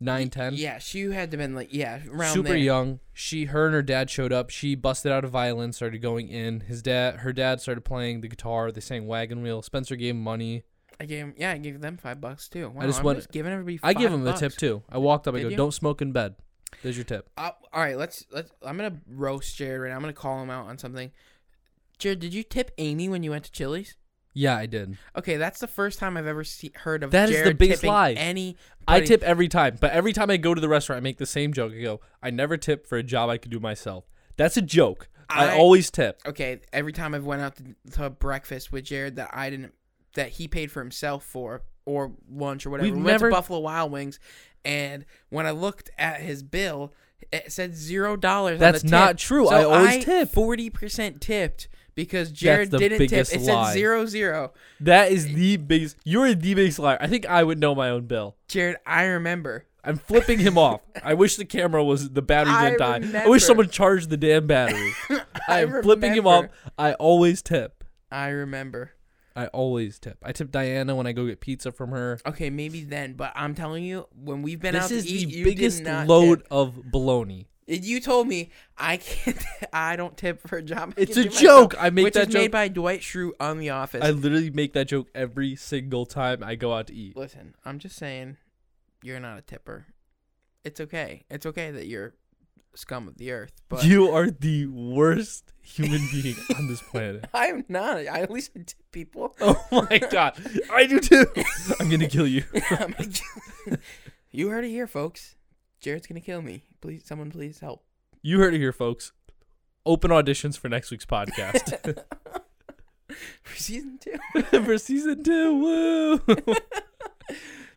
S1: 9, 10.
S2: Yeah, she had to been like yeah, around
S1: super
S2: there.
S1: young. She her and her dad showed up. She busted out a violin, started going in. His dad her dad started playing the guitar. They sang Wagon Wheel. Spencer gave him money.
S2: I gave him, yeah, I gave them five bucks too. Wow, I
S1: just
S2: just am
S1: want-
S2: just giving everybody.
S1: I give
S2: five
S1: him
S2: bucks.
S1: a tip too. I walked up. I
S2: Did
S1: go,
S2: you?
S1: don't smoke in bed. There's your tip.
S2: Uh, all right, let's let's. I'm gonna roast Jared right now. I'm gonna call him out on something. Jared, did you tip Amy when you went to Chili's?
S1: Yeah, I did.
S2: Okay, that's the first time I've ever see, heard of
S1: That is the
S2: Jared
S1: biggest
S2: tipping
S1: lie.
S2: Any
S1: I tip every time, but every time I go to the restaurant, I make the same joke. I go, I never tip for a job I could do myself. That's a joke. I,
S2: I-
S1: always tip.
S2: Okay, every time I've went out to, to breakfast with Jared that I didn't that he paid for himself for or lunch or whatever.
S1: We've
S2: we
S1: never-
S2: went to Buffalo Wild Wings, and when I looked at his bill, it said zero dollars.
S1: That's not true. I always tip.
S2: Forty percent tipped because Jared
S1: the
S2: didn't tip.
S1: biggest
S2: It
S1: lie.
S2: said zero zero.
S1: That is the biggest. You're the biggest liar. I think I would know my own bill.
S2: Jared, I remember.
S1: I'm flipping him off. I wish the camera was the battery
S2: I
S1: didn't die. I
S2: remember.
S1: wish someone charged the damn battery. I
S2: I
S1: am flipping him off.
S2: remember.
S1: I always tip.
S2: I remember.
S1: I always tip. I tip Diana when I go get pizza from her.
S2: Okay, maybe then, but I'm telling you, when we've been out
S1: this is
S2: to eat,
S1: the
S2: you
S1: biggest
S2: did not
S1: load
S2: tip.
S1: of baloney.
S2: You told me I can't. I don't tip for a job. I
S1: It's
S2: can
S1: a
S2: do myself,
S1: joke. I make
S2: which
S1: that
S2: is
S1: joke.
S2: made by Dwight Schrute on The Office.
S1: I literally make that joke every single time I go out to eat.
S2: Listen, I'm just saying, you're not a tipper. It's okay. It's okay that you're scum of the earth. But
S1: you are the worst human being on this planet.
S2: I'm not. I at least I tip people.
S1: Oh my god. I do too. I'm gonna kill you.
S2: I'm like, you heard it here, folks. Jared's gonna kill me. Please, someone, please help.
S1: You heard it here, folks. Open auditions for next week's podcast.
S2: For season two.
S1: for season two. Woo!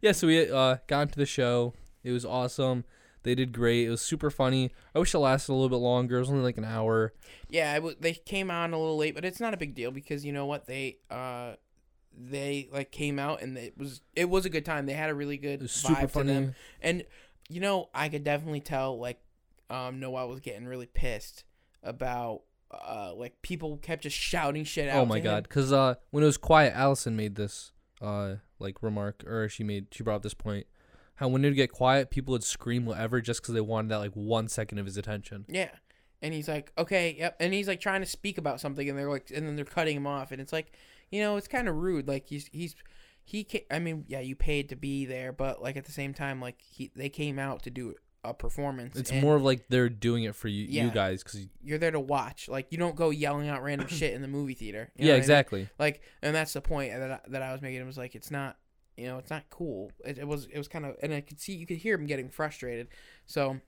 S1: yeah, so we uh, got into the show. It was awesome. They did great. It was super funny. I wish it lasted a little bit longer. It was only like an hour.
S2: Yeah, I w- they came on a little late, but it's not a big deal because you know what they uh they like came out and it was it was a good time. They had a really good
S1: It was
S2: vibe
S1: super
S2: to
S1: funny.
S2: them, and you know I could definitely tell like um Noel was getting really pissed about uh like people kept just shouting shit out.
S1: Oh my
S2: to him.
S1: god! Because uh, when it was quiet, Allison made this uh like remark, or she made she brought up this point. How when it would get quiet, people would scream whatever just because they wanted that like one second of his attention.
S2: Yeah. And he's like, okay, yep. And he's like trying to speak about something, and they're like, and then they're cutting him off, and it's like, you know, it's kind of rude. Like he's he's he. Ca- I mean, yeah, you paid to be there, but like at the same time, like he they came out to do a performance.
S1: It's
S2: and
S1: more of like they're doing it for you, you
S2: Yeah.
S1: guys, because
S2: You're there to watch. Like you don't go yelling out random shit in the movie theater. you
S1: yeah,
S2: know what I mean?
S1: exactly.
S2: Like, and that's the point that I, that I was making. It was like, it's not, you know, it's not cool. It, it was, it was kind of, and I could see, you could hear him getting frustrated. So,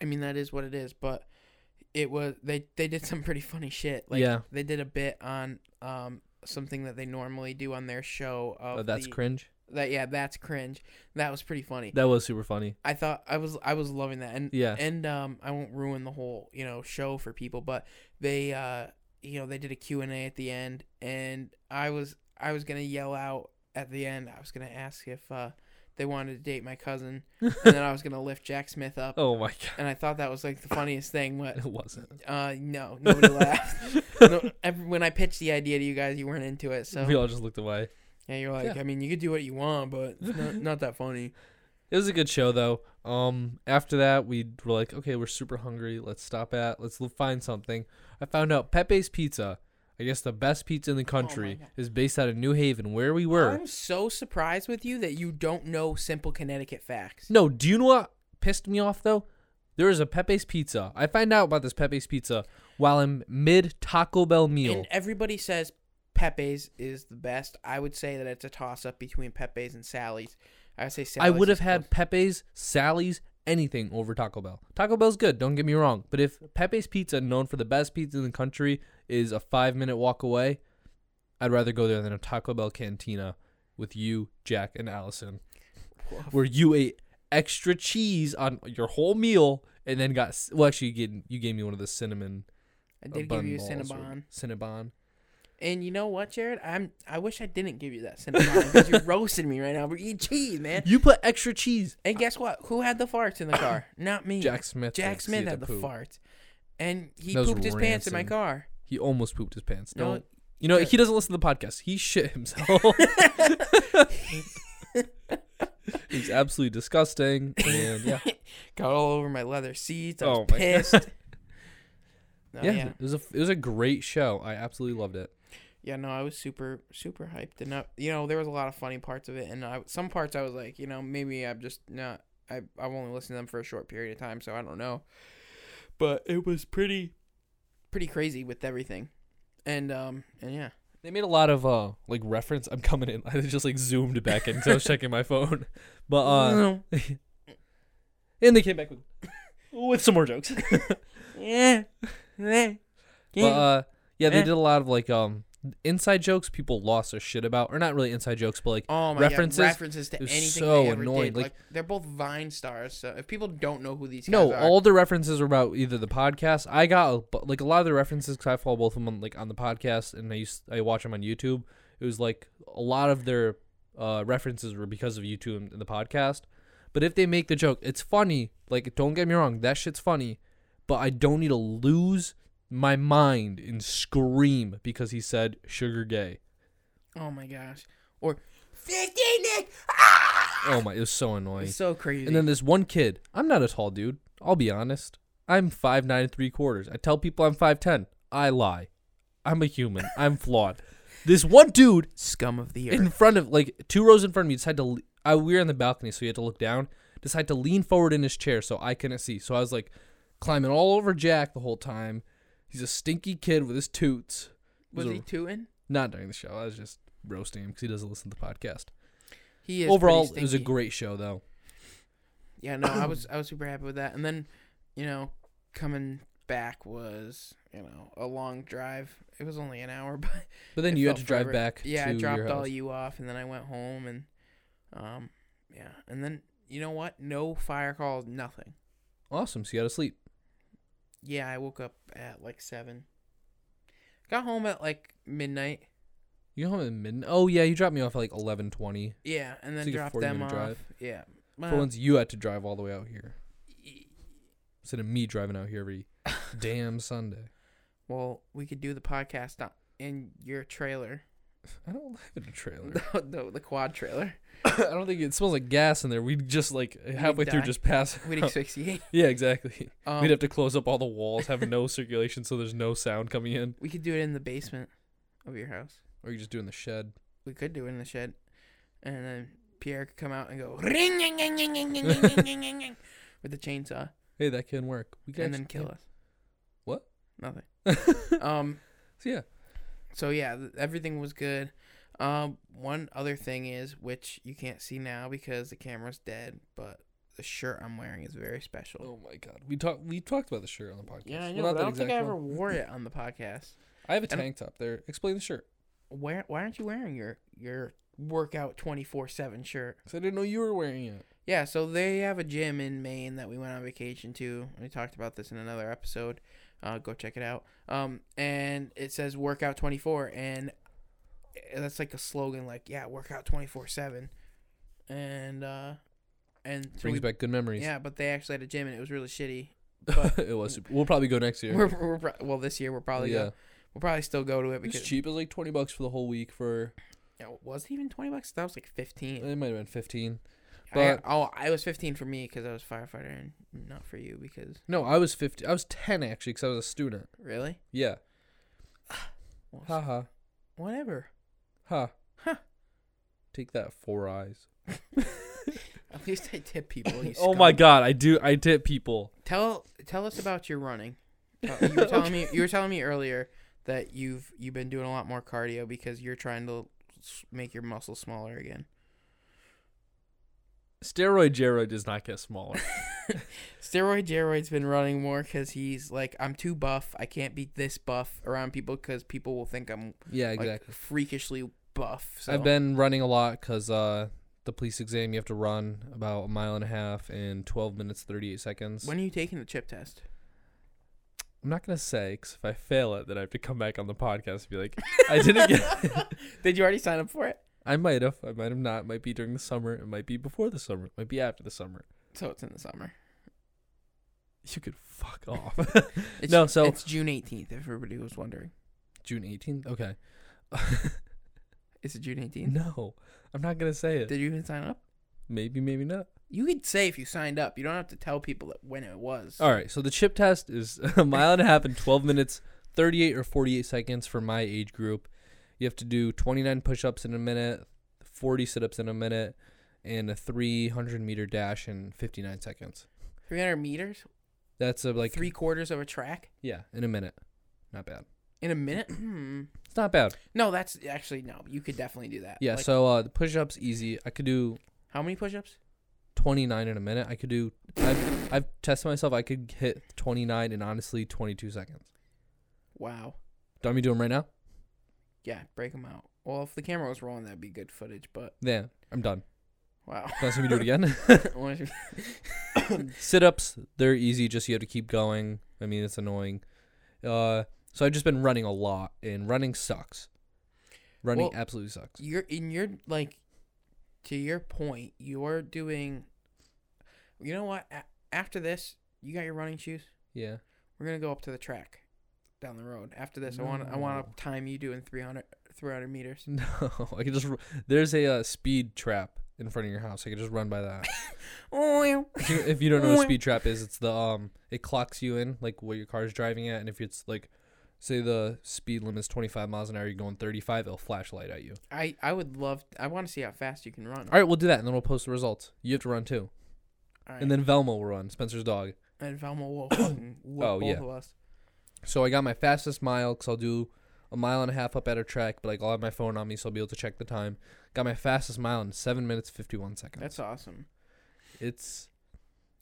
S2: I mean, that is what it is. But it was they they did some pretty funny shit. Like,
S1: Yeah.
S2: they did a bit on um something that they normally do on their show. Of
S1: Uh, that's
S2: the,
S1: cringe.
S2: That yeah, that's cringe. That was pretty funny.
S1: That was super funny.
S2: I thought I was I was loving that, and
S1: Yeah.
S2: and um, I won't ruin the whole you know show for people, but they uh, you know they did a Q and A at the end, and I was I was gonna yell out at the end. I was gonna ask if uh, they wanted to date my cousin, and then I was gonna lift Jack Smith up,
S1: oh my god!
S2: and I thought that was like the funniest thing, but
S1: It wasn't.
S2: uh, no, nobody laughed. No, every, when I pitched the idea to you guys, you weren't into it, so
S1: We all just looked away.
S2: yeah, you're like,
S1: Yeah.
S2: I mean, you could do what you want, but it's not, not that funny.
S1: It was a good show though. Um, after that, we were like, okay, we're super hungry. Let's stop at. Let's l- find something. I found out Pepe's Pizza. I guess the best pizza in the country
S2: Oh God.
S1: is based out of New Haven, where we were.
S2: I'm so surprised with you that you don't know simple Connecticut facts.
S1: No, do you know what pissed me off though? There is a Pepe's Pizza. I find out about this Pepe's Pizza while I'm mid Taco Bell meal.
S2: And everybody says Pepe's is the best. I would say that it's a toss up between Pepe's and Sally's. I would say
S1: I
S2: Sally's.
S1: would have
S2: is
S1: had Pepe's, Sally's, anything over Taco Bell. Taco Bell's good, don't get me wrong. But if Pepe's Pizza, known for the best pizza in the country, is a five minute walk away, I'd rather go there than a Taco Bell cantina with you, Jack, and Allison,
S2: close.
S1: where you ate extra cheese on your whole meal and then got. s- Well, actually, you, gave- you gave me one of the cinnamon.
S2: I
S1: uh,
S2: did give
S1: bun
S2: you a
S1: balls or-
S2: Cinnabon.
S1: Cinnabon.
S2: And you know what, Jared? I'm. I wish I didn't give you that Cinnabon because you're roasting me right now. We're eating cheese, man.
S1: You put extra cheese.
S2: And guess what? Who had the farts in the car? Not me.
S1: Jack Smith.
S2: Jack
S1: did. He
S2: Smith had the
S1: poop.
S2: farts, and he
S1: That was
S2: pooped his pants in my
S1: rancid.
S2: car.
S1: He almost pooped his pants.
S2: No,
S1: Don't. You know,
S2: good.
S1: he doesn't listen to the podcast. He shit himself. He's absolutely disgusting. And yeah.
S2: Got all over my leather seats. I was
S1: Oh my God.
S2: pissed. Oh, No,
S1: Oh, yeah, It was a it was a great show. I absolutely loved it.
S2: Yeah, no, I was super super hyped, and uh, you know there was a lot of funny parts of it, and I, some parts I was like, you know, maybe I'm just not. I I've only listened to them for a short period of time, so I don't know. But it was pretty, pretty crazy with everything, and um and yeah,
S1: They made a lot of uh like reference. I'm coming in. I just like zoomed back in because I was checking my phone. But uh and they came back with with some more jokes.
S2: yeah, yeah,
S1: But uh, yeah, they
S2: Eh.
S1: did a lot of like um inside jokes people lost their shit about, or not really inside jokes, but like
S2: Oh my
S1: references.
S2: god! References to
S1: was
S2: anything
S1: so
S2: they ever
S1: annoying,
S2: did.
S1: like-
S2: Like, they're both Vine stars, so if people don't know who these guys
S1: no,
S2: are,
S1: all the references are about either the podcast. I got a bu- like a lot of the references because I follow both of them on, like on the podcast, and I used I watch them on YouTube. It was like a lot of their uh, references were because of YouTube and the podcast. But if they make the joke, it's funny. Like don't get me wrong, that shit's funny. But I don't need to lose my mind and scream because he said sugar gay.
S2: oh my gosh, or fifty Nick, ah!
S1: Oh my, it was so annoying.
S2: It's so crazy.
S1: And then this one kid, I'm not a tall dude. I'll be honest. I'm five nine and three quarters. I tell people I'm five ten. I lie. I'm a human. I'm flawed. This one dude
S2: scum of the earth.
S1: in front of like two rows in front of me decided to. le- I, we were on the balcony, so he had to look down. Decided to lean forward in his chair, so I couldn't see. So I was like climbing all over Jack the whole time. He's a stinky kid with his toots. It
S2: Was
S1: a-
S2: he tooting?
S1: not during the show? I was just roasting him because he doesn't listen to the podcast.
S2: He is
S1: Overall,
S2: pretty
S1: it was a
S2: stinky.
S1: great show, though.
S2: Yeah, no, I was I was super happy with that. And then, you know, coming back was, you know, a long drive. It was only an hour, but
S1: But then
S2: It
S1: you had to
S2: felt
S1: drive
S2: forever.
S1: back.
S2: yeah,
S1: to
S2: I dropped
S1: your
S2: all
S1: house.
S2: you off, and then I went home, and um, yeah, and then you know what? No fire calls, nothing.
S1: Awesome. So you got to sleep.
S2: Yeah, I woke up at like seven. Got home at like midnight.
S1: You got home at midnight. Oh yeah, you dropped me off at like eleven twenty.
S2: Yeah, and then
S1: So you get a
S2: dropped
S1: 40
S2: them
S1: minute
S2: off.
S1: drive?
S2: Yeah.
S1: For
S2: Well,
S1: once, you had to drive all the way out here
S2: y-
S1: instead of me driving out here every damn Sunday.
S2: well, we could do the podcast on- in your trailer,
S1: I don't live in a trailer.
S2: the, the, the quad trailer.
S1: I don't think it smells like gas in there. We'd just like halfway through
S2: die.
S1: just pass.
S2: We'd
S1: out.
S2: asphyxiate.
S1: yeah, exactly.
S2: Um,
S1: We'd have to close up all the walls, have no circulation, so there's no sound coming in.
S2: we could do it in the basement of your house.
S1: Or you just do it in the shed.
S2: We could do it in the shed, and then Pierre could come out and go ring ring ring ring ring ring ring ring ring ring with the chainsaw,
S1: Hey, that can work. We can
S2: and then kill us.
S1: What?
S2: Nothing.
S1: it.
S2: Um.
S1: so yeah,
S2: So yeah, th- everything was good. Um, one other thing is, which you can't see now because the camera's dead, but the shirt I'm wearing is very special.
S1: Oh my god, we talked we talked about the shirt on the podcast.
S2: Yeah, I
S1: Well,
S2: know,
S1: not
S2: but
S1: that
S2: I don't think I
S1: exact
S2: ever
S1: one.
S2: wore it on the podcast.
S1: I have a
S2: I don't-
S1: tank top there. Explain the shirt.
S2: Where? Why aren't you wearing your your workout twenty four seven shirt?
S1: 'Cause I didn't know you were wearing it.
S2: Yeah, so they have a gym in Maine that we went on vacation to. We talked about this in another episode. Uh, go check it out. Um, and it says workout twenty four, and eh, that's like a slogan, like yeah, workout twenty four seven, and uh, and so
S1: Brings
S2: we-
S1: back good memories.
S2: yeah, but they actually had a gym and it was really shitty. but-
S1: it was. Super. We'll probably go next year.
S2: We're, we're pro- well this year we're probably
S1: yeah,
S2: gonna, we'll probably still go to it
S1: it was
S2: because
S1: cheap. It was like twenty bucks for the whole week. For
S2: Yeah, was it even twenty bucks? That was like fifteen.
S1: it might have been fifteen.
S2: I
S1: But-
S2: got, oh, I was 15 for me because I was firefighter and not for you because
S1: No, I was fifty. I was ten actually because I was a student.
S2: really.
S1: Yeah.
S2: Well,
S1: Ha ha
S2: Whatever.
S1: ha.
S2: Huh.
S1: Take that four eyes.
S2: At least I tip people. You
S1: Oh my
S2: scumbag.
S1: god, I do. I tip people.
S2: Tell tell us about your running. Tell- Uh, You were telling me you were telling me earlier that you've you've been doing a lot more cardio because you're trying to s- make your muscles smaller again.
S1: Steroid Jared does not get smaller.
S2: Steroid Jaroid's been running more because he's like, I'm too buff. I can't be this buff around people because people will think I'm
S1: yeah,
S2: like,
S1: exactly.
S2: freakishly buff. So.
S1: I've been running a lot because uh, the police exam you have to run about a mile and a half in 12 minutes 38 seconds.
S2: When are you taking the chip test?
S1: I'm not gonna say because if I fail it, then I have to come back on the podcast and be like, I didn't get.
S2: Did you already sign up for it?
S1: I might have, I might have not. It might be during the summer. It might be before the summer. It might be after the summer.
S2: So it's in the summer.
S1: You could fuck off.
S2: It's,
S1: No, so-
S2: it's June eighteenth. If everybody was wondering,
S1: June 18th. Okay.
S2: is it June eighteenth?
S1: no, I'm not gonna say it.
S2: Did you even sign up?
S1: Maybe, maybe not.
S2: You could say if you signed up. You don't have to tell people that when it was.
S1: All right. So the chip test is a mile and a half in 12 minutes, 38 or 48 seconds for my age group. You have to do 29 push-ups in a minute, 40 sit-ups in a minute, and a 300 meter dash in 59 seconds.
S2: Three hundred meters,
S1: That's a, like
S2: like three quarters of a track
S1: yeah, in a minute. Not bad.
S2: in a minute. Hmm.
S1: It's not bad.
S2: No, that's actually no. You could definitely do that.
S1: Yeah.
S2: Like,
S1: so uh, the push-ups easy. I could do
S2: how many push-ups?
S1: 29 in a minute. I could do. I've I've tested myself. I could hit 29 in honestly 22 seconds.
S2: Wow.
S1: Do you want me to do them right now?
S2: Yeah, break them out. Well, if the camera was rolling, that'd be good footage. But
S1: Yeah, I'm done.
S2: wow.
S1: Do you want to see me do it again?
S2: Wanna-
S1: sit ups, they're easy, just you have to keep going. I mean, it's annoying. Uh, so I've just been running a lot, and running sucks. Running
S2: Well-
S1: absolutely sucks.
S2: you're in your like to your point you're doing you know what A- after this you got your running shoes
S1: Yeah.
S2: we're gonna go up to the track down the road after this i want i want
S1: No.
S2: to time you doing 300 300 meters
S1: No, I could just. ru- There's a uh, speed trap in front of your house. I could just run by that.
S2: oh yeah.
S1: If you- if you don't know what a speed trap is, it's the um, it clocks you in like where your car's driving at, and if it's like, say the speed limit's 25 miles an hour, you're going 35, it'll flashlight at you.
S2: i i would love i want to see how fast you can run
S1: All right, we'll do that, and then we'll post the results. You have to run too,
S2: All
S1: and then Velma will run, Spencer's dog.
S2: and velma will fucking whoop
S1: Oh,
S2: both
S1: yeah.
S2: of us
S1: So I got my fastest mile because I'll do a mile and a half up at a track, but like I'll have my phone on me, so I'll be able to check the time. Got my fastest mile in seven minutes fifty one seconds.
S2: that's awesome
S1: it's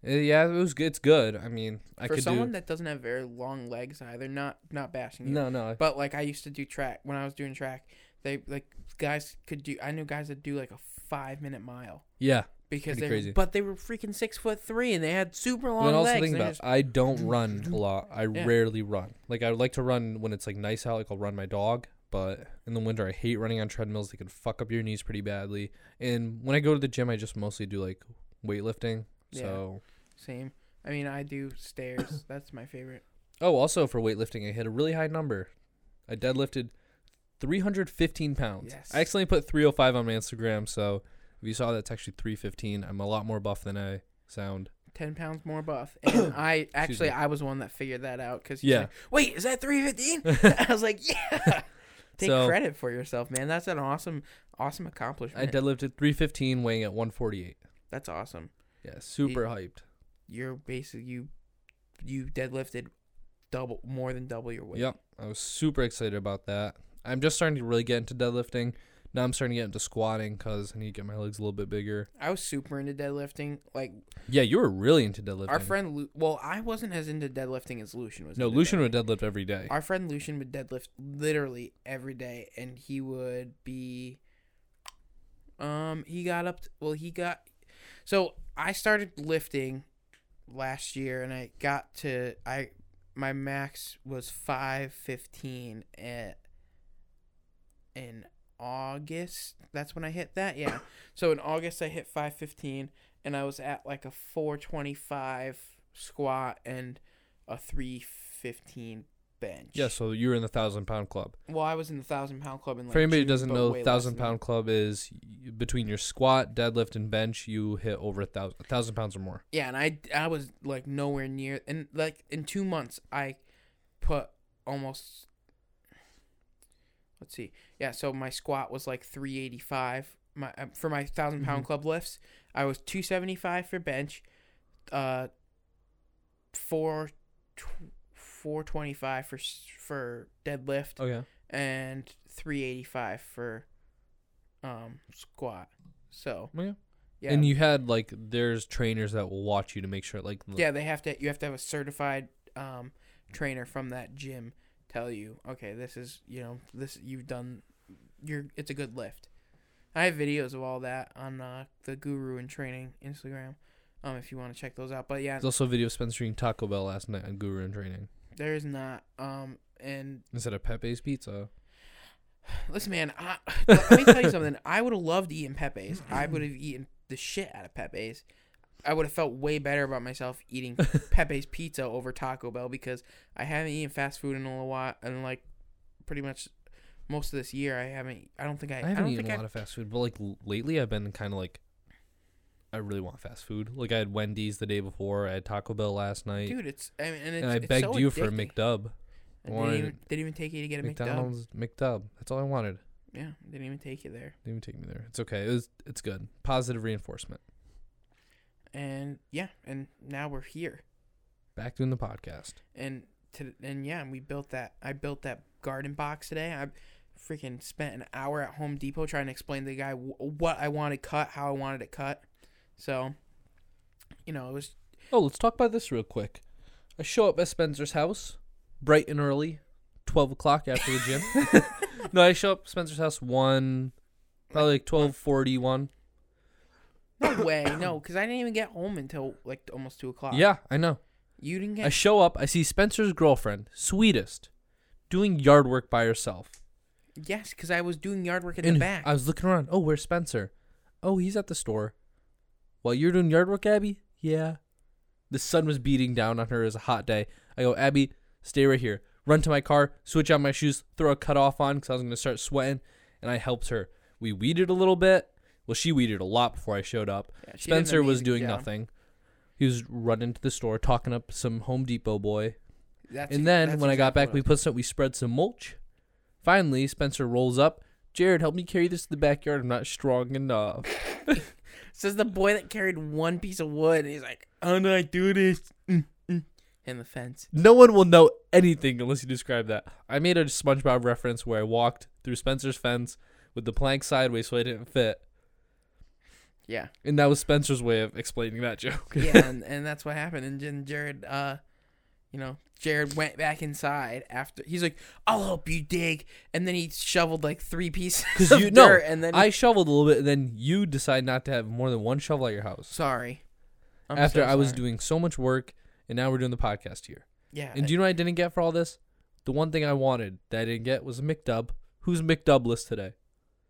S1: Uh, Yeah, it was. It's good. I mean, I
S2: For
S1: could
S2: someone
S1: do.
S2: that doesn't have very long legs either, not not bashing you,
S1: no, no.
S2: but like I used to do track when I was doing track. They like guys could do. I knew guys that do like a five minute mile
S1: Yeah.
S2: because
S1: Pretty
S2: they
S1: crazy.
S2: but they were freaking six foot three and they had super long
S1: But then also
S2: legs.
S1: think
S2: and they're
S1: about, it, I don't run a lot. I
S2: Yeah.
S1: rarely run. Like I would like to run when it's like nice out. Like I'll run my dog. But in the winter, I hate running on treadmills. They can fuck up your knees pretty badly. And when I go to the gym, I just mostly do like weightlifting.
S2: Yeah.
S1: So.
S2: just- same. I mean, I do stairs. That's my favorite.
S1: Oh, also for weightlifting, I hit a really high number. I deadlifted 315 pounds.
S2: Yes.
S1: I accidentally put 305 on my Instagram, so if you saw that, it's actually 315. I'm a lot more buff than I sound.
S2: Ten pounds more buff, and I actually
S1: me.
S2: I was the one that figured that out because
S1: Yeah.
S2: like, wait, is that three fifteen? I was like, yeah. Take
S1: So-
S2: credit for yourself, man. That's an awesome, awesome
S1: I
S2: accomplishment.
S1: deadlifted 315, weighing at 148.
S2: That's awesome.
S1: Yeah, super hyped.
S2: You're basically you, you deadlifted double more than double your weight.
S1: Yep, I was super excited about that. I'm just starting to really get into deadlifting. Now I'm starting to get into squatting because I need to get my legs a little bit bigger.
S2: I was super into deadlifting. Like
S1: Yeah, you were really into deadlifting.
S2: our friend, Lu- well, I wasn't as into deadlifting as Lucian was.
S1: no,
S2: into
S1: Lucian
S2: deadlifting.
S1: would deadlift every day.
S2: Our friend Lucian would deadlift literally every day, and he would be. Um, he got up. well, he got. So I started lifting last year, and I got to I my max was five fifteen eh, at in August. That's when I hit that. Yeah. So in August I hit five fifteen, and I was at like a four twenty five squat and a three fifteen bench.
S1: Yeah, so you were in the thousand pound club.
S2: Well, I was in the thousand pound club. In like
S1: For anybody who
S2: June,
S1: doesn't
S2: but
S1: know,
S2: way less
S1: thousand
S2: than that.
S1: pound club is y- between your squat, deadlift, and bench, you hit over a thousand, a thousand pounds or more.
S2: Yeah, and I I was like nowhere near, and like in two months I put almost. Let's see. Yeah, so my squat was like three eighty five. My um, for my thousand
S1: Mhm.
S2: club lifts, I was two seventy five for bench, uh, four, four twenty five for s- for deadlift,
S1: Oh yeah,
S2: and three eighty five for, um, squat. So
S1: Oh, yeah.
S2: yeah,
S1: And you had like there's trainers that will watch you to make sure like l-
S2: Yeah, they have to. You have to have a certified um, trainer from that gym tell you, okay, this is you know this you've done. You're it's a good lift. I have videos of all that on uh, the Guru and Training Instagram. Um, if you want to check those out, but yeah,
S1: There's also a video of Spencer eating Taco Bell last night on Guru and Training
S2: there is not. Um, and
S1: instead of Pepe's Pizza.
S2: listen, man, I, let me tell you something. I would have loved eating Pepe's. I would have eaten the shit out of Pepe's. I would have felt way better about myself eating Pepe's pizza over Taco Bell because I haven't eaten fast food in a little while, and like pretty much most of this year, I haven't. I don't think I.
S1: I
S2: I,
S1: haven't
S2: don't
S1: eaten
S2: think
S1: a
S2: I.
S1: lot of fast food, but like l- lately I've been kind of like I really want fast food. Like I had Wendy's the day before, I had Taco Bell last night,
S2: dude, it's. I mean, and, it's,
S1: and I
S2: it's
S1: begged
S2: so
S1: you for a
S2: addicting.
S1: McDub.
S2: I
S1: wanted
S2: Didn't even, didn't even take you to get a McDonald's.
S1: McDonald's McDub. That's all I wanted.
S2: Yeah, didn't even take you there.
S1: Didn't even take me there. It's okay. It was, it's good. Positive reinforcement.
S2: And yeah, and now we're here.
S1: Back doing the podcast.
S2: and to and yeah, and we built that. I built that garden box today. I freaking spent an hour at Home Depot trying to explain to the guy w- what I wanted cut, how I wanted it cut. So, you know, it was
S1: Oh, let's talk about this real quick. I show up at Spencer's house bright and early, twelve o'clock after the gym. no, I show up at Spencer's house one, probably like twelve forty one.
S2: no way, no, because I didn't even get home until like almost two o'clock.
S1: Yeah, I know.
S2: you didn't
S1: I
S2: get.
S1: show up. I see Spencer's girlfriend, sweetest, doing yard work by herself.
S2: yes, because I was doing yard work in the
S1: And
S2: back.
S1: I was looking around. Oh, where's Spencer? Oh, he's at the store. While you're doing yard work, Abby? Yeah. The sun was beating down on her. It was a hot day. I go, Abby, stay right here. Run to my car, switch out my shoes, throw a cutoff on because I was going to start sweating. And I helped her. We weeded a little bit. Well, she weeded a lot before I showed up.
S2: Yeah, she did an
S1: Spencer was
S2: amazing
S1: doing
S2: job.
S1: nothing. He was running to the store, talking up some Home Depot boy.
S2: That's
S1: And
S2: ex-
S1: then
S2: that's
S1: when I got
S2: exactly
S1: back,
S2: what I
S1: we
S2: was-
S1: put some, we spread some mulch. Finally, Spencer rolls up. Jared, help me carry this to the backyard. I'm not strong enough.
S2: says the boy that carried one piece of wood, and he's like, "How do I do this?" Mm, mm. And the fence.
S1: no one will know anything unless you describe that. I made a SpongeBob reference where I walked through Spencer's fence with the plank sideways so I didn't fit.
S2: Yeah.
S1: And that was Spencer's way of explaining that joke.
S2: yeah, and, and that's what happened. And then Jared, uh, you know, Jared went back inside after he's like, "I'll help you dig," and then he shoveled like three pieces
S1: 'Cause
S2: of
S1: you- no,
S2: dirt, and then
S1: I shoveled a little bit, and then you decide not to have more than one shovel at your house.
S2: sorry. I'm
S1: after
S2: so
S1: I was
S2: sorry.
S1: doing so much work, and now we're doing the podcast here.
S2: yeah,
S1: And do you know what I didn't get for all this? The one thing I wanted that I didn't get was a McDub. Who's McDubless today?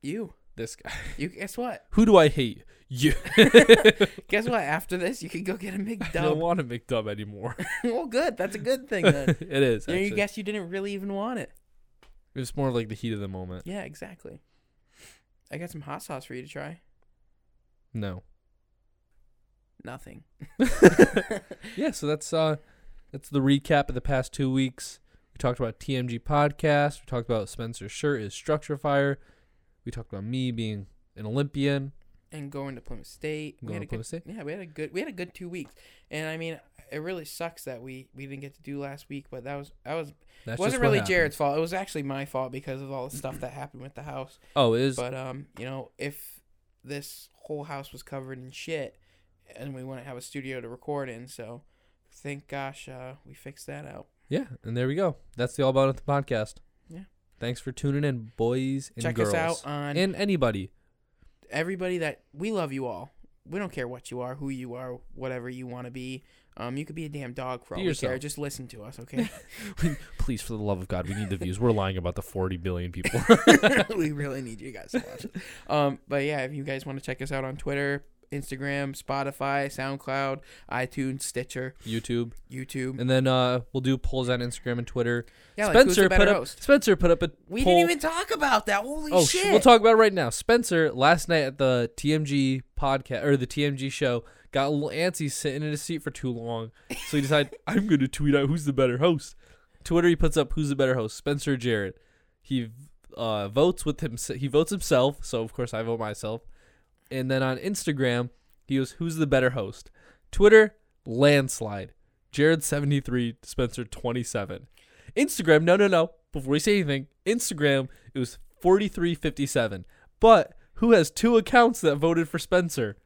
S2: you
S1: This guy.
S2: you guess what?
S1: Who do I hate? You.
S2: Guess what? After this, you could go get
S1: I
S2: a
S1: don't
S2: McDub.
S1: want a McDub anymore.
S2: well, good. That's a good thing then.
S1: it is.
S2: you, know, you
S1: actually.
S2: guess you didn't really even want it.
S1: It was more like the heat of the moment.
S2: Yeah, exactly. I got some hot sauce for you to try.
S1: No.
S2: Nothing.
S1: Yeah, so that's uh that's the recap of the past two weeks. We talked about TMG podcast. We talked about Spencer's shirt is structure fire. We talked about me being an Olympian.
S2: and going to Plymouth State. We
S1: Going
S2: had
S1: to
S2: a good
S1: Plymouth State.
S2: Yeah, we had a good we had a good two weeks, and I mean, it really sucks that we we didn't get to do last week, but that was that was
S1: That's just
S2: wasn't
S1: what
S2: really
S1: happened.
S2: Jared's fault. It was actually my fault because of all the stuff that happened with the house.
S1: Oh, it is.
S2: But um, you know, if this whole house was covered in shit, and we wouldn't have a studio to record in, so thank gosh uh, we fixed that out.
S1: yeah, and there we go. That's the All About It podcast.
S2: Yeah.
S1: Thanks for tuning in, boys and
S2: Check
S1: girls.
S2: us out on
S1: and anybody.
S2: everybody that we love you all. We don't care what you are, who you are, whatever you want to be. Um, you could be a damn dog for all
S1: Be
S2: we
S1: yourself.
S2: care. Just listen to us, okay?
S1: Please, for the love of God, we need the views. We're lying about the 40 billion people.
S2: we really need you guys to watch it. Um, but yeah, if you guys want to check us out on Twitter, Instagram, Spotify, SoundCloud, iTunes, Stitcher,
S1: YouTube.
S2: YouTube.
S1: And then uh, we'll do polls on Instagram and Twitter.
S2: Yeah, like, who's
S1: Spencer
S2: the better
S1: put up.
S2: host?
S1: Spencer put up a
S2: We
S1: poll.
S2: didn't even talk about that. Holy
S1: Oh, sh-
S2: shit!
S1: we'll talk about it right now. Spencer last night at the TMG podcast or the TMG show got a little antsy sitting in his seat for too long, so he decided I'm going to tweet out who's the better host. Twitter he puts up who's the better host, Spencer or Jared. He uh, votes with him. He votes himself, so of course I vote myself. And then on Instagram he goes who's the better host. Twitter landslide. Jared 73, Spencer 27. Instagram, no, no, no. Before we say anything, Instagram, it was 4357. But who has two accounts that voted for Spencer?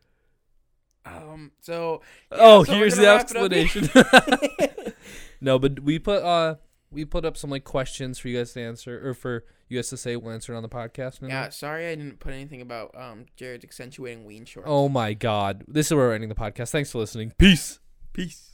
S2: um, so yeah,
S1: oh,
S2: so we're
S1: here's
S2: gonna
S1: the
S2: wrap it up here.
S1: explanation. no, but we put uh we put up some like questions for you guys to answer or for you guys to say we'll answer it on the podcast. and
S2: Yeah,
S1: all.
S2: sorry I didn't put anything about um Jared's accentuating ween shorts.
S1: Oh my god. This is where we're ending the podcast. Thanks for listening. Peace.
S2: peace.